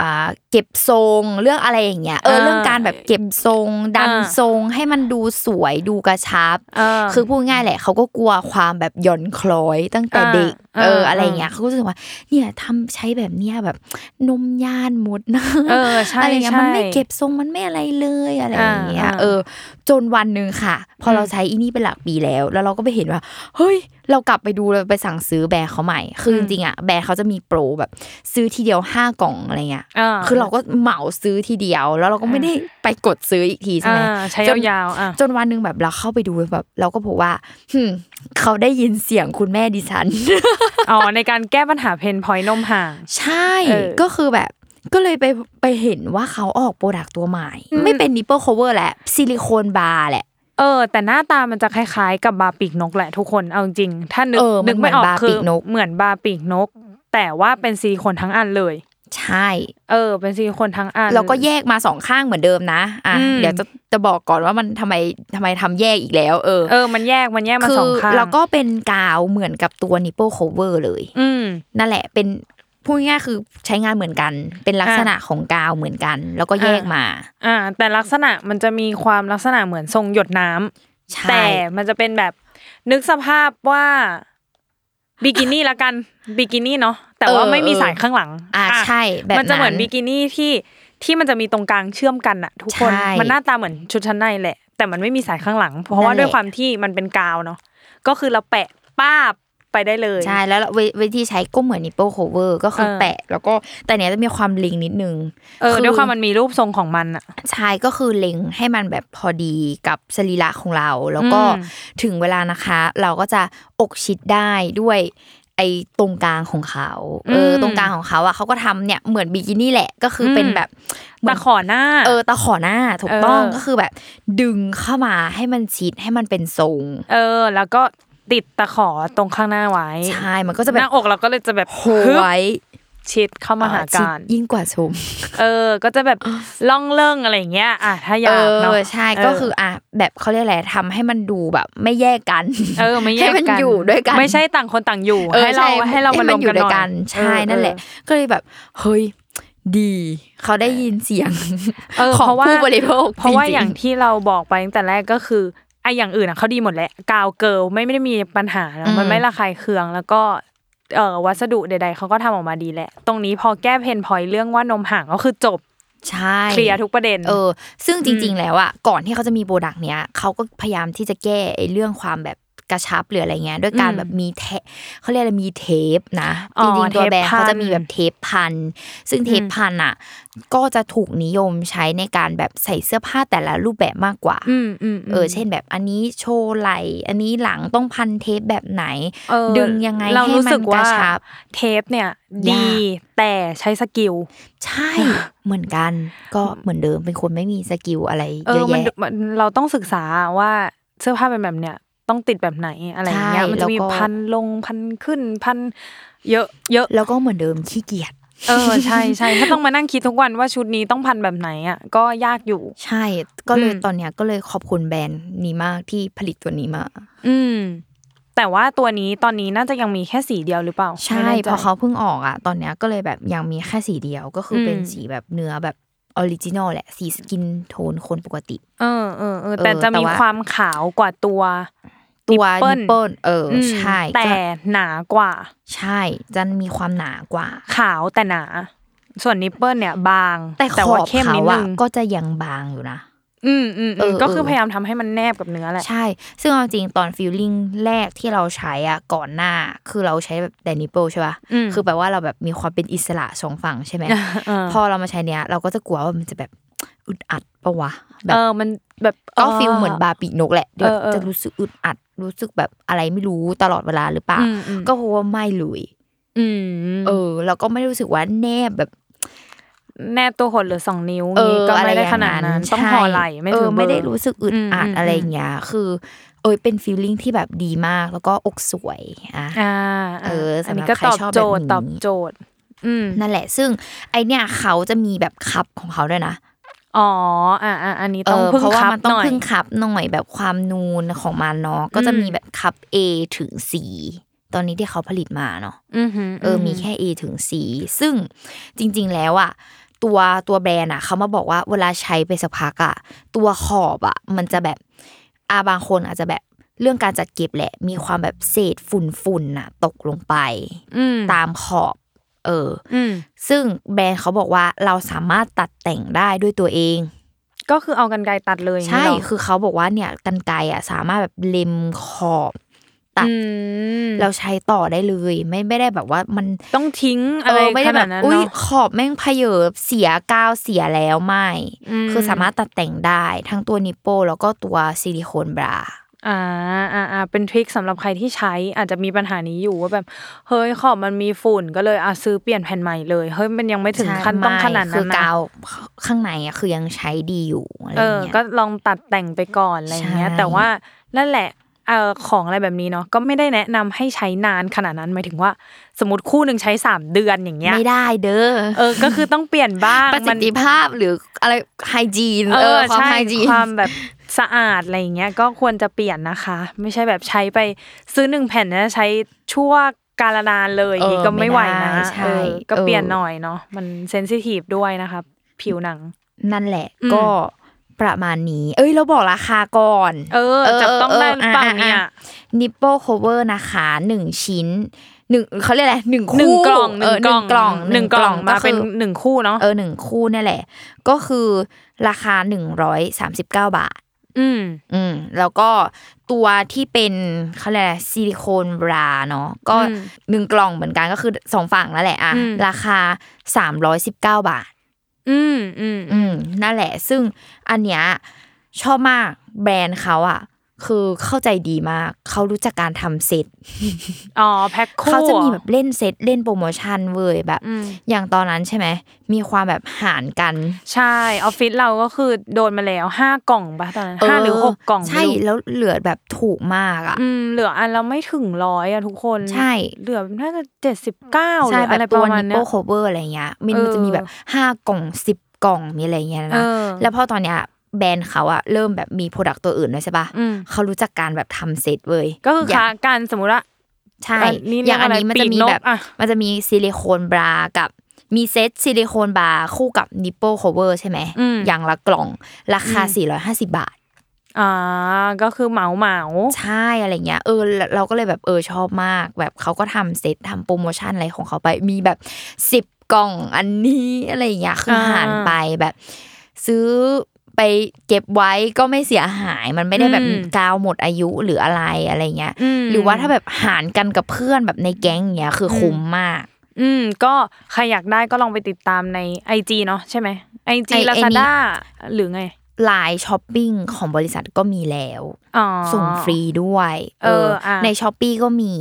Speaker 1: อ่าเก็บทรงเรื่องอะไรอย่างเงี้ยเออ
Speaker 2: เออ
Speaker 1: เรื่องการแบบเก็บทรง ดัน
Speaker 2: อ่า
Speaker 1: ทรงให้มันดูสวยดูกระชับ
Speaker 2: เออ
Speaker 1: คือพูดง่ายแหละเขาก็กลัวความแบบหย่อนคล้อยตั้งแต่
Speaker 2: อ่า
Speaker 1: เด็ก
Speaker 2: อ่า
Speaker 1: เอออะไรอย่าง
Speaker 2: อ่า
Speaker 1: เงี้ยเขาก็รู้สึกว่า เนี่ยทำใช้แบบเนี้ยแบบนมยานหมดนะ
Speaker 2: เออใช่
Speaker 1: อะไรเงี้ย
Speaker 2: ใช่
Speaker 1: มันไม่เก็บทรงมันไม่อะไรเลยอะไรอย่างเงี้ย
Speaker 2: อ่าอ่า
Speaker 1: เออ จนวันหนึ่งค่ะ พออ
Speaker 2: ม
Speaker 1: เราใช้อีนี่เป็นหลักปีแล้ว แล้วเราก็ไปเห็นว่า เฮ้ย เรากลับไปดูเราไปสั่งซื้อแบรนด์เขาใหม่ คือจริงๆอ่ะแบรนด์เขาจะมีโปรแบบ ซื้อทีเดียวห้ากล่องอะไรเงี้ย
Speaker 2: เออ
Speaker 1: คือเราก็เหมาซื้อทีเดียว แล้วเราก็ไม่ได้ไปกดซื้ออีกทีใช่ไหม
Speaker 2: อ่าใช้
Speaker 1: จน
Speaker 2: ยาวๆอ่ะ
Speaker 1: จนวันหนึ่งแบบเราเข้าไปดูแบบเราก็พบว่าหึ่มเขาได้ยินเสียงคุณแม่ดิ ฉัน
Speaker 2: อ๋อในการแก้ปัญหาเพนพอยต์นมห่าง
Speaker 1: ใช่
Speaker 2: เออ
Speaker 1: ก็คือแบบก็เลยไปไปเห็นว่าเขาออกโปรดักตัวใหม่
Speaker 2: อืม
Speaker 1: ไม่เป็นนิปเปิลโคเวอร์แหละซิลิโคนบาร์แหละ
Speaker 2: เออ แต่หน้าตามันจะคล้ายๆกับบาปีกนกแหละทุกคนเอาจริง ถ้านึก
Speaker 1: เออมัน
Speaker 2: นึกไม่อ
Speaker 1: เห
Speaker 2: อก
Speaker 1: มือนบา
Speaker 2: คื
Speaker 1: ปี
Speaker 2: อก
Speaker 1: นก
Speaker 2: เหมือนบาปีกนก แต่ว่าเป็นซีลิโคนทั้งอันเลย
Speaker 1: ใช่
Speaker 2: เออ เป็นซีลิโคนทั้งอัน
Speaker 1: เราก็แยกมาสองข้างเหมือนเดิมนะอ่ะ
Speaker 2: อืม
Speaker 1: เดี๋ยวจะจะบอกก่อนว่ามันทำไมทำไมทำแยกอีกแล้ว เออ
Speaker 2: เออ มันแยกมันแยกมา
Speaker 1: คื
Speaker 2: สองข้าง
Speaker 1: เราก็เป็นกาวเหมือนกับตัวนิปเปิลโคเวอร์เลย
Speaker 2: อืม
Speaker 1: นั่นแหละเป็นพูดง่ายๆคือใช้งานเหมือนกัน เป็นลักษณะของกาวเหมือนกัน แล้วก็แยกมา
Speaker 2: อ่า แต่ลักษณะมันจะมีความลักษณะเหมือนทรงหยดน้ำ
Speaker 1: ใช่
Speaker 2: แต่มันจะเป็นแบบนึกสภาพว่าบิกินี่ละกันบิกินี่เนาะแต่ว่าไม่มีสายข้างหลัง
Speaker 1: อ่าใช่แบบ
Speaker 2: มัจะเหมือน
Speaker 1: นั้น
Speaker 2: บิกินี่ที่ที่มันจะมีตรงกลางเชื่อมกันอะทุกคน
Speaker 1: ใช่
Speaker 2: มันหน้าตาเหมือนชุดชั้นในแหละ แต่มันไม่มีสายข้างหลัง เพราะว่า
Speaker 1: นั่นแหละ
Speaker 2: ด้วยความที่มันเป็นกาวเนาะก็คือเราแปะป้าบไปได้เลย
Speaker 1: ใช่แล้วเราเววิธีใช้ก็เหมือนนิปเปิลโคเวอร์ก็คือ
Speaker 2: เออ
Speaker 1: แปะ แล้วก็แต่เนี้ยจะมีความเล็งนิดนึง
Speaker 2: เออด้วยความมันมีรูปทรงของมันอะ
Speaker 1: ใช่ก็คือเล็งให้มันแบบพอดีกับสรีระของเรา แล้วก็
Speaker 2: อืม
Speaker 1: ถึงเวลานะคะ เราก็จะอกชิดได้ด้วยไอ้ตรงกลางของเขาเอออ
Speaker 2: ม
Speaker 1: ตรงกลางของเขาอ่ะเขาก็ทำเนี่ยเหมือนบิกินี่แหละก็คืออ
Speaker 2: ม
Speaker 1: เป็นแบบเหมื
Speaker 2: ตะ
Speaker 1: อน
Speaker 2: ขอหน้า
Speaker 1: เออตะขอหน้าถูกต้อง
Speaker 2: เออ
Speaker 1: ก็คือแบบดึงเข้ามาให้มันชิดให้มันเป็นทรง
Speaker 2: เออ แล้วก็ติดตะขอตรงข้างหน้าไว้
Speaker 1: ใช่มันก็จะแบ
Speaker 2: หน้า
Speaker 1: บอก
Speaker 2: เราก็เลยจะแบบ
Speaker 1: โห
Speaker 2: ฮึบ
Speaker 1: ไว้
Speaker 2: ชิดเข้ามาหา
Speaker 1: ชิด
Speaker 2: กัน
Speaker 1: ยิ่งกว่าชม
Speaker 2: เออ ก็จะ แบบล่องเลิ่งอะไรอย่างเงี้ยอ่ะถ้า
Speaker 1: เอย
Speaker 2: อากเนาะ
Speaker 1: อใช่ก็คืออ่ะแบบเขาเรียกอะไรทำให้มันดูแบบไม่แยกกัน
Speaker 2: เออไม่แยก
Speaker 1: ให้มัน
Speaker 2: กัน
Speaker 1: อยู่ด้วยกัน
Speaker 2: ไม่ใช่ต่างคนต่างอยู่
Speaker 1: ออ
Speaker 2: ให้เรา
Speaker 1: ช่
Speaker 2: ให้เรามารวม
Speaker 1: อยู่
Speaker 2: กันห
Speaker 1: ด้
Speaker 2: น่
Speaker 1: ว
Speaker 2: อย
Speaker 1: กัน
Speaker 2: ย
Speaker 1: ใช่
Speaker 2: เออ
Speaker 1: นั่นแหละ
Speaker 2: เออ
Speaker 1: ก็เลยแบบเฮ้ยดีเขาได้ยินเสียง
Speaker 2: เออ
Speaker 1: ของ
Speaker 2: เพราะว่า
Speaker 1: ผู้บริโภค
Speaker 2: เพราะว่า
Speaker 1: จงๆ
Speaker 2: อย่างที่เราบอกไปตั้งแต่แรกก็คือไอ้อย่างอื่นอะเขาดีหมดแหละกาวเกิลไม่ไม่ได้มีปัญหา
Speaker 1: อื
Speaker 2: นะ
Speaker 1: ม
Speaker 2: มันไม่ระคายเคืองแล้วก็เอ่อวัสดุใด ๆเขาก็ทำออกมาดีแหละ ตรงนี้พอแก้เพนพอยเรื่องว่านมห่างก็คือจบ
Speaker 1: ใช่
Speaker 2: เคลียร์ทุกประเด็น
Speaker 1: เออ ซึ่งจริง ๆ แล้วอ่ะ ก่อนที่เขาจะมีโปรดักต์เนี้ยเขาก็พยายามที่จะแก้ไอ้เรื่องความแบบกระชับหรืออะไรเงี้ย ด้วยการ
Speaker 2: อืม
Speaker 1: แบบมีเทปเขาเรียกอะไรมีเทปนะจ
Speaker 2: อ๋อ
Speaker 1: ริงๆ ตัวแบรนด์
Speaker 2: เทปพัน
Speaker 1: เขาจะมีแบบเทปพัน ซึ่งเทปพันอ่ะ ก็จะถูกนิยมใช้ในการแบบใส่เสื้อผ้าแต่ละรูปแบบมากกว่า
Speaker 2: อืมอืมม
Speaker 1: เออ เช่นแบบอันนี้โชว์ไหล่ อันนี้หลังต้องพันเทปแบบไหน
Speaker 2: เออ
Speaker 1: ดึงยังไง
Speaker 2: เรา
Speaker 1: ให้
Speaker 2: รู้
Speaker 1: มั
Speaker 2: สึ
Speaker 1: น
Speaker 2: ก
Speaker 1: ก
Speaker 2: ว่า
Speaker 1: ระชับ
Speaker 2: เทปเนี่ยดี
Speaker 1: ย
Speaker 2: แต่ใช้สกิล
Speaker 1: ใช่ เหมือนกัน ก็เหมือนเดิม เป็นคนไม่มีสกิลอะไร
Speaker 2: เอ
Speaker 1: เย
Speaker 2: อ
Speaker 1: อะ
Speaker 2: มัน
Speaker 1: แยะ
Speaker 2: มันเราต้องศึกษาว่าเสื้อผ้าเป็นแบบเนี้ยต้องติดแบบไหนอะไรอย่างเงี้ย
Speaker 1: ใช่
Speaker 2: มันจะมี
Speaker 1: แล้วก็
Speaker 2: พันลงพันขึ้นพันเยอะเยอะ
Speaker 1: แล้วก็เหมือนเดิมขี้เกียจ
Speaker 2: เออ ใช่ใช่ถ้าต้องมานั่งคิดทุกวันว่าชุดนี้ต้องพันแบบไหนอ่ะก็ยากอยู่
Speaker 1: ใช่ ก็เลย
Speaker 2: อืม
Speaker 1: ตอนเนี้ยก็เลยขอบคุณแบรนด์นี้มากที่ผลิตตัวนี้มา
Speaker 2: อืม แต่ว่าตัวนี้ตอนนี้น่าจะยังมีแค่สีเดียวหรือเปล่า
Speaker 1: ใช่
Speaker 2: ไม่แน่จ
Speaker 1: เพอเขาเพิ่งออกอ่ะ ตอนเนี้ยก็เลยแบบยังมีแค่สีเดียวก็คืออ
Speaker 2: ม
Speaker 1: เป็นสีแบบเนื้อแบบออริจินอลแหละ สีสกินโทนคนปกติ
Speaker 2: เออเออเออแต่
Speaker 1: เออ
Speaker 2: จะ
Speaker 1: แต่
Speaker 2: มี
Speaker 1: ว่า
Speaker 2: ความขาวกว่าตัว
Speaker 1: ตัวนิ
Speaker 2: Nipple
Speaker 1: ปเปิลเอออ
Speaker 2: ม
Speaker 1: ใช่
Speaker 2: แต่
Speaker 1: ก็
Speaker 2: หนากว่า
Speaker 1: ใช่จะมีความหนากว่า
Speaker 2: ขาวแต่หนา ส่วนนิปเปิลเนี่ยบาง
Speaker 1: แต่ข
Speaker 2: ว่า
Speaker 1: อบ
Speaker 2: เข้ม
Speaker 1: เขา
Speaker 2: นิดนึ
Speaker 1: อ่ะ
Speaker 2: ง
Speaker 1: ก็จะยังบางอยู่นะ
Speaker 2: อืมอืม
Speaker 1: เอ
Speaker 2: อื
Speaker 1: อ
Speaker 2: ม
Speaker 1: เออ
Speaker 2: ก็คือพยายามทำให้มันแนบกับเนื้อแหละ
Speaker 1: ใช่ ซึ่งเอาจริงตอนฟิลลิ่งแรกที่เราใช้อ่ะก่อนหน้าคือเราใช้แบบแดนิเปิลใช่ป่ะ
Speaker 2: อืม
Speaker 1: คือแปลว่าเราแบบมีความเป็นอิสระสองฝั่งใช่ไหม
Speaker 2: เออ
Speaker 1: พอเรามาใช้เนี้ยเราก็จะกลัวว่ามันจะแบบ อึดอัดปะวะแบบ
Speaker 2: เออมันแบบ
Speaker 1: ก็ฟีลเหมือนบาปีกนกแหละ
Speaker 2: เออเออ
Speaker 1: จะรู้สึกอึดอัด รู้สึกแบบอะไรไม่รู้ตลอดเวลาหรือเปล่า
Speaker 2: อืมอืม
Speaker 1: ก็เพราะว่าไม่เลย
Speaker 2: อืม
Speaker 1: เออ แล้วก็ไม่ได้รู้สึกว่าแนบแบบ
Speaker 2: แนบตัวหดหรือสองนิ้ว
Speaker 1: เอ
Speaker 2: นี่
Speaker 1: อ
Speaker 2: ก็
Speaker 1: อะไรอ
Speaker 2: ไม่ได้
Speaker 1: ย่าง
Speaker 2: ขนาดนั้น
Speaker 1: ใช่
Speaker 2: ต้องพอไหลไม่
Speaker 1: เอ
Speaker 2: ถึ
Speaker 1: อง ไม่ได้
Speaker 2: เบอ
Speaker 1: รู้สึกอึดอัด
Speaker 2: อืม
Speaker 1: อะไร
Speaker 2: อืม
Speaker 1: อย่างเงี้ยคือ เออเป็นฟีลลิ่งที่แบบดีมากแล้วก็อกสวยอ่ะ
Speaker 2: อ่า
Speaker 1: เออสำหรับ
Speaker 2: อันนี้ก็
Speaker 1: ใคร
Speaker 2: ตอบ
Speaker 1: ชอบ
Speaker 2: โจทย์
Speaker 1: แบบนี้
Speaker 2: ตอบโจทย์ อืม
Speaker 1: นั่นแหละ ซึ่งไอเนี่ยเขาจะมีแบบคับของเขาด้วยนะ
Speaker 2: อ๋ออ่าอ่าอันนี้
Speaker 1: เอ
Speaker 2: ต้อง
Speaker 1: อ
Speaker 2: พึ่
Speaker 1: เพ
Speaker 2: ง
Speaker 1: ราะว่า
Speaker 2: คับ
Speaker 1: มันต้อ
Speaker 2: ห
Speaker 1: ง
Speaker 2: น่อย
Speaker 1: พึ่งคับหน่อยแบบความนูนของมันเนาะก็จะ
Speaker 2: อืม
Speaker 1: มีแบบคับ A ถึง C ตอนนี้ที่เขาผลิตมาเนาะ
Speaker 2: อือหื
Speaker 1: เออ มีแค่ A ถึง C ซึ่งจริง ๆ แล้วอ่ะตัวตัวแบรนด์อ่ะเขามาบอกว่าเวลาใช้ไปสักพักอ่ะตัวขอบอ่ะมันจะแบบอาบางคนอาจจะแบบเรื่องการจัดเก็บแหละ มีความแบบเศษฝุ่นฝุ่นอ่ะ ตกลงไป
Speaker 2: อืม
Speaker 1: ตามขอบ เออ
Speaker 2: อืม
Speaker 1: ซึ่งแบรนด์เขาบอกว่าเราสามารถตัดแต่งได้ด้วยตัวเอง
Speaker 2: ก็คือเอากันไกรตัดเลยอย่าง
Speaker 1: ใช่
Speaker 2: นี้เหรอ
Speaker 1: คือเขาบอกว่าเนี่ยกันไกรอ่ะสามารถแบบเล็มขอบตัด
Speaker 2: อืม
Speaker 1: เราใช้ต่อได้เลย ไม่ไม่ได้แบบว่ามัน
Speaker 2: ต้องทิ้งอะไร
Speaker 1: เไม่
Speaker 2: ข
Speaker 1: ได้แบ
Speaker 2: นาด
Speaker 1: บ
Speaker 2: นั้น
Speaker 1: อุ้ย
Speaker 2: เนาะ
Speaker 1: ขอบแม่งเพเยบเสียกาวเสียแล้วไม่
Speaker 2: อืม
Speaker 1: คือสามารถตัดแต่งได้ทั้งตัวนิปโปแล้วก็ตัวซิลิโคนบรา
Speaker 2: อ่าอ่าอ่าเป็นทริคสำหรับใครที่ใช้อาจจะมีปัญหานี้อยู่ว่าแบบ เฮ้ยขอบมันมีฝุ่นก็เลยอ่ะซื้อเปลี่ยนแผ่นใหม่เลยเฮ้ยมันยังไม่ถึง
Speaker 1: ใช่
Speaker 2: ขั้นต้อง
Speaker 1: ไม่
Speaker 2: ขนาด
Speaker 1: คื
Speaker 2: นั้
Speaker 1: อน
Speaker 2: นะ
Speaker 1: กาวข้างในอะคือยังใช้ดีอยู่อะไร
Speaker 2: เอ
Speaker 1: อย่า
Speaker 2: อง
Speaker 1: เงี้ย
Speaker 2: ก็ลองตัดแต่งไปก่อนอะไรอย่างเงี้ย
Speaker 1: ใช่
Speaker 2: แต่ว่านั่นแหละเอ่อของอะไรแบบนี้เนาะก็ไม่ได้แนะนำให้ใช้นานขนาดนั้นหมายถึงว่า สมมติคู่หนึ่งใช้สามเดือนอย่างเงี้ย
Speaker 1: ไม่ได้เด้อ
Speaker 2: เออก็คือต้องเปลี่ยนบ้าง
Speaker 1: ประสิ
Speaker 2: มั
Speaker 1: ท
Speaker 2: น
Speaker 1: ธิภาพหรืออะไรไฮจีน
Speaker 2: เอ
Speaker 1: เออ
Speaker 2: อ
Speaker 1: ความ
Speaker 2: ใช่
Speaker 1: ไฮจีน
Speaker 2: ความแบบสะอาดอะไรอย่างเงี้ยก็ควรจะเปลี่ยนนะคะ ไม่ใช่แบบใช้ไปซื้อหนึ่งแผ่นนะใช้ชั่วกาลนานเลย
Speaker 1: เออ
Speaker 2: นี่ก็ไม่ไหวนะ
Speaker 1: ไม่ได้ใช่
Speaker 2: เออก็
Speaker 1: เออ
Speaker 2: เปลี่ยนหน่อยเนาะมันเซนซิทีฟด้วยนะคะผิวหนัง
Speaker 1: นั่นแหละ
Speaker 2: อืม
Speaker 1: ก็ประมาณนี้ เอ้ยเราบอกราคาก่อน
Speaker 2: เออ
Speaker 1: เออ
Speaker 2: จะต้องได้หรือเปล่า
Speaker 1: เออเออ
Speaker 2: เนี่ย
Speaker 1: นิปโป l คเวอร์นะคะหนึ่งชิ้นหนึ่งเขาเรียกอะไรหนึ่งคู่
Speaker 2: หนึ่งกล่อง
Speaker 1: เออหนึ่งกล่อง
Speaker 2: หนึ่งกล่องมาเป็น
Speaker 1: ก็
Speaker 2: หนึ่งคู่เนอะ
Speaker 1: เออหนึ่งคู่เนี่ยแหละ ก็คือราคาหนึ่งร้อยสามสิบเก้าบาท
Speaker 2: อืม
Speaker 1: อืมแล้วก็ตัวที่เป็นเขาเรียกอะไรซิลิโคนบราเนาะก็
Speaker 2: อืม
Speaker 1: หนึ่งกล่องเหมือนกันก็คือสองฝั่งนั่นแหละอ่ะ
Speaker 2: อืม
Speaker 1: ราคาสามร้อยสิบเก้าบาท
Speaker 2: อืมอืม
Speaker 1: อืมนั่นแหละ ซึ่งอันเนี้ยชอบมากแบรนด์เขาอ่ะ คือเข้าใจดีมากเขารู้จักการทำเซต
Speaker 2: อ๋อแพ็คคู่
Speaker 1: เขาจะมีแบบเล่นเซตเล่นโปรโมชั่นเว้ยแบบ
Speaker 2: อืม
Speaker 1: อย่างตอนนั้นใช่ไหมมีความแบบหารกัน
Speaker 2: ใช่ออฟฟิศเราก็คือโดนมาแล้วห้ากล่องปะตอนนั้นห้าหรือหกกล่อง
Speaker 1: ใช่
Speaker 2: ไม่รู้
Speaker 1: แล้วเหลือแบบถูกมากอ่ะ
Speaker 2: อืมเหลืออันละไม่ถึงร้อยอะทุกคน
Speaker 1: ใช่
Speaker 2: เหลือน่าจะเจ็ดสิบเก้าห
Speaker 1: ใช่
Speaker 2: รือ
Speaker 1: แบ
Speaker 2: อะไร
Speaker 1: บ
Speaker 2: ป
Speaker 1: ตัว
Speaker 2: ระมา
Speaker 1: นิ
Speaker 2: ณ
Speaker 1: ป
Speaker 2: เนี้
Speaker 1: โป้
Speaker 2: ย
Speaker 1: โคเวอร์อะไรเงี้ยมัน
Speaker 2: เออ
Speaker 1: จะมีแบบห้ากล่องสิบกล่องมีอะไรเงี้ย
Speaker 2: เอ
Speaker 1: นะ
Speaker 2: อ
Speaker 1: แล้วพอตอนเนี้ยแบรนด์เขาอะเริ่มแบบมีโปรดักต์ตัวอื่นด้วยใช่ปะ
Speaker 2: อืม
Speaker 1: เขารู้จักการแบบทำเซตเว้ย
Speaker 2: ก็คือ
Speaker 1: อ
Speaker 2: ค้า
Speaker 1: ย่าง
Speaker 2: กันสมมติว่า
Speaker 1: ใช่
Speaker 2: อันนี้เรี
Speaker 1: อย ย่าก ง
Speaker 2: อะไร
Speaker 1: อันนี้มันจะมี
Speaker 2: ปีกนก
Speaker 1: แบบ
Speaker 2: อะ
Speaker 1: มันจะมีซิลิโคนบรากับมีเซตซิลิโคนบราคู่กับนิปโป้โคเวอร์ใช่ไหมอย่างละกล่องราคาสี่ร้อยห้าสิบบาท
Speaker 2: อ่าก็คือเหมาเหมา
Speaker 1: ใช่อะไรเงี้ยเออเราเราก็เลยแบบเออชอบมาก แบบเขาก็ทำเซตทำโปรโมชั่นอะไรของเขาไป มีแบบสิบกล่องอันนี้อะไรอย่างเงี้ยคืออา หารไปแบบ ซื้อไปเก็บไว้ก็ไม่เสียหาย มันไม่ได้แบบ
Speaker 2: อืม
Speaker 1: กาวหมดอายุหรืออะไรอะไรเงี้ย
Speaker 2: อืม
Speaker 1: หรือว่าถ้าแบบหารกันกับเพื่อนแบบในแก๊งเงี้ยคือคุ้มมาก
Speaker 2: อืม ก็ใครอยากได้ก็ลองไปติดตามในไอจีเนาะใช่ไหมไอจี
Speaker 1: ไอ้
Speaker 2: ลา
Speaker 1: ไอ้
Speaker 2: ซา
Speaker 1: นี่
Speaker 2: ด้าหรือไง
Speaker 1: ลายช้อปปิ้งของบริษัทก็มีแล้ว
Speaker 2: อ๋อ
Speaker 1: ส่งฟรีด้วย
Speaker 2: เอออ่ะ
Speaker 1: ในช้อปปีก็มี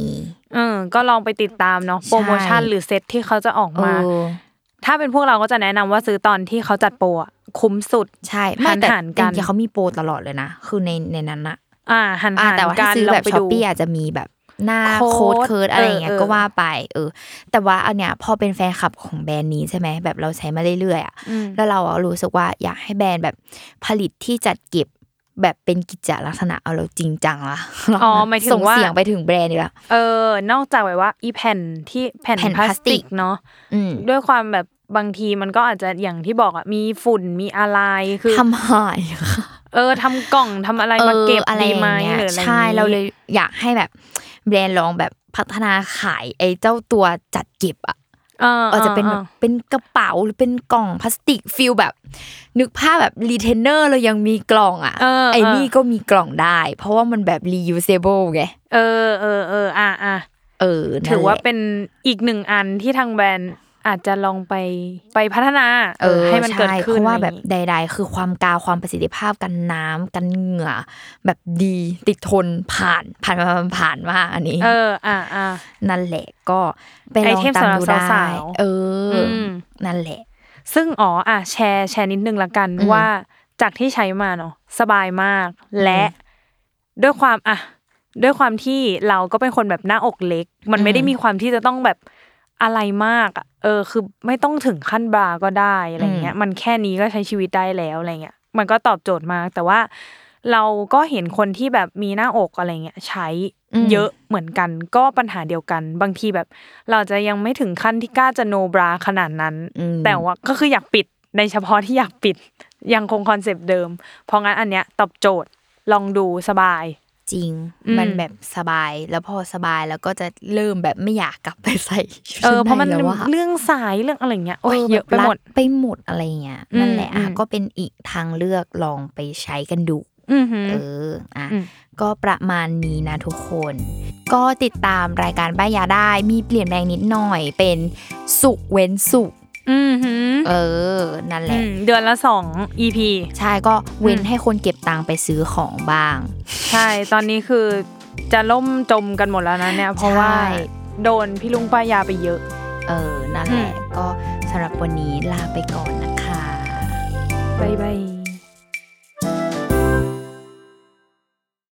Speaker 2: เออก็ลองไปติดตามเนาะโปรโมชั่น
Speaker 1: ใช่
Speaker 2: หรือเซตที่เขาจะออก
Speaker 1: เอ
Speaker 2: มา
Speaker 1: อ
Speaker 2: ถ้าเป็นพวกเราก็จะแนะนำว่าซื้อตอนที่เขาจัดโปรอะคุ้มสุด
Speaker 1: ใช่ไม่แต่
Speaker 2: หันๆกั
Speaker 1: จ
Speaker 2: น
Speaker 1: ริงๆเขามีโปรตลอดเลยนะ คือในในนั้นอะ
Speaker 2: อ่าหัน
Speaker 1: อ่ะ
Speaker 2: หาร
Speaker 1: แต่ว่า
Speaker 2: กั
Speaker 1: ถ้านซื้อ
Speaker 2: ลอ
Speaker 1: แบ
Speaker 2: ง
Speaker 1: บ
Speaker 2: ไป
Speaker 1: ช้อป
Speaker 2: ดู
Speaker 1: ปี้อาจจะมีแบบหน้า
Speaker 2: โค้
Speaker 1: โค้
Speaker 2: ด
Speaker 1: ดเคิร์ดอะไรอย่างเงี้ย
Speaker 2: เออเออ
Speaker 1: ก็ว่าไป เออ แต่ว่าอันเนี้ยพอเป็นแฟนคลับของแบรนด์นี้ใช่ไหมแบบเราใช้มาเรื่อยๆอะแล้วเราอะรู้สึกว่าอยากให้แบรนด์แบบผลิตที่จัดเก็บแบบเป็นกิจลักษณะเอาเราจริงจังละ
Speaker 2: อ๋อหมายถึง
Speaker 1: ส่ง
Speaker 2: ว่า
Speaker 1: เสียงไปถึงแบรนด์นี่ละ
Speaker 2: เออนอกจากแบบว่าอีแผ่นที่แผ่น
Speaker 1: แผ่น
Speaker 2: พลาส
Speaker 1: พลาสติ
Speaker 2: ติก
Speaker 1: ก
Speaker 2: เนาะ
Speaker 1: อืม
Speaker 2: ด้วยความแบบบางทีมันก็อาจจะอย่างที่บอกอะมีฝุ่นมีอะไรคือ
Speaker 1: ทำหายค่ะ
Speaker 2: เออทำกล่องทำอะไรมาเก็บ
Speaker 1: เอออะไร
Speaker 2: ดี
Speaker 1: อย่า
Speaker 2: ไหม
Speaker 1: งเงี้ย
Speaker 2: หรืออะไร
Speaker 1: ใช่
Speaker 2: อย่งงี้
Speaker 1: เราเลยอยากให้แบบแบรนด์ลองแบบพัฒนาขายไอ้เจ้าตัวจัดเก็บอ่ะ
Speaker 2: เออ
Speaker 1: เออจะเป็นแบบเป็นกระเป๋าหรือเป็นกล่องพลาสติกฟิลแบบ นึกภาพแบบรีเทนเนอร์เรายังมีกล่องอ่ะ
Speaker 2: เออ
Speaker 1: ไอ้นี่ก็มีกล่องได้ เพราะว่ามันแบบ reusable ไง
Speaker 2: เออเออเอออ่ะอ่ะ
Speaker 1: เออนั่นแหละ
Speaker 2: ถือว่าเป็นอีกหนึ่งอันที่ทางแบรนด์ อาจจะลองไปไปพัฒนา
Speaker 1: เออ
Speaker 2: ให้มันเกิด
Speaker 1: ใช่
Speaker 2: ขึ้น
Speaker 1: เพราะว่าแบบ
Speaker 2: อะไรอย่ง
Speaker 1: ใ
Speaker 2: งี้
Speaker 1: ด ๆ คือความกาวความประสิทธิภาพกันน้ำกันเหงื่อ แบบดีติดทนผ่านผ่านผ่านผ่านมากอันนี้
Speaker 2: เออ อ่าอ่า
Speaker 1: นั่นแหละก็ไปลอง
Speaker 2: ไอเทม
Speaker 1: ตาม
Speaker 2: สำหรับ
Speaker 1: ดูได้
Speaker 2: สาวๆ
Speaker 1: เอออ
Speaker 2: ม
Speaker 1: นั่นแหละ
Speaker 2: ซึ่งอ๋ออ่ะแชร์แชร์นิดนึงละกัน
Speaker 1: อืม
Speaker 2: ว่าจากที่ใช้มาเนาะสบายมาก และด้วยความอ่ะด้วยความที่เราก็เป็นคนแบบหน้าอกเล็ก มันไม่ได้
Speaker 1: อืม
Speaker 2: มีความที่จะต้องแบบอะไรมากอ่ะเออ คือไม่ต้องถึงขั้นบราก็ได้อะไรเงี้ย มันแค่นี้ก็ใช้ชีวิตได้แล้วอะไรเงี้ยมันก็ตอบโจทย์มาก แต่ว่าเราก็เห็นคนที่แบบมีหน้าอกอะไรเงี้ยใช้
Speaker 1: อืม
Speaker 2: เยอะเหมือนกัน ก็ปัญหาเดียวกัน บางทีแบบ เราจะยังไม่ถึงขั้นที่กล้าจะโนบราขนาดนั้น
Speaker 1: อืม
Speaker 2: แต่ว่าก็คืออยากปิดในเฉพาะที่อยากปิด ยังคงคอนเซปต์เดิม เพราะงั้นอันเนี้ยตอบโจทย์ลองดูสบาย
Speaker 1: จริง
Speaker 2: อืม
Speaker 1: มันแบบสบายแล้วพอสบายแล้วก็จะเริ่มแบบไม่อยากกลับไปใส่ชุด
Speaker 2: เออ
Speaker 1: ชั้
Speaker 2: เพราะมัน
Speaker 1: ใแล้วอ
Speaker 2: เรื่องสายเรื่องอะไรเงี้ยโอ้ย
Speaker 1: แบบ
Speaker 2: เยอะไปหมด
Speaker 1: รัดไปหมดอะไรเงี้ยนั่นแหละ
Speaker 2: อืม
Speaker 1: อ่ะ
Speaker 2: อืม
Speaker 1: ก็เป็นอีกทางเลือกลองไปใช้กันดู
Speaker 2: อือหือ
Speaker 1: เออ อ่ะ
Speaker 2: อืม
Speaker 1: ก็ประมาณนี้นะทุกคน ก็ติดตามรายการป้ายาได้ มีเปลี่ยนแปลงนิดหน่อย เป็นสุกร์เว้นสุกร์
Speaker 2: อือหือ
Speaker 1: เออ นั่นแหละ
Speaker 2: มเดือนละสอง EP
Speaker 1: ใช่ก็เว้นให้คนเก็บตังค์ไปซื้อของบ้าง
Speaker 2: ใช่ ตอนนี้คือจะล่มจมกันหมดแล้วนะเนี่ย เพราะว่า
Speaker 1: ใช่
Speaker 2: โดนพี่ลุงป้ายาไปเยอะ
Speaker 1: เออ นั่นแหละ ก็สำหรับวันนี้ลาไปก่อนนะคะ
Speaker 2: บ๊ายบาย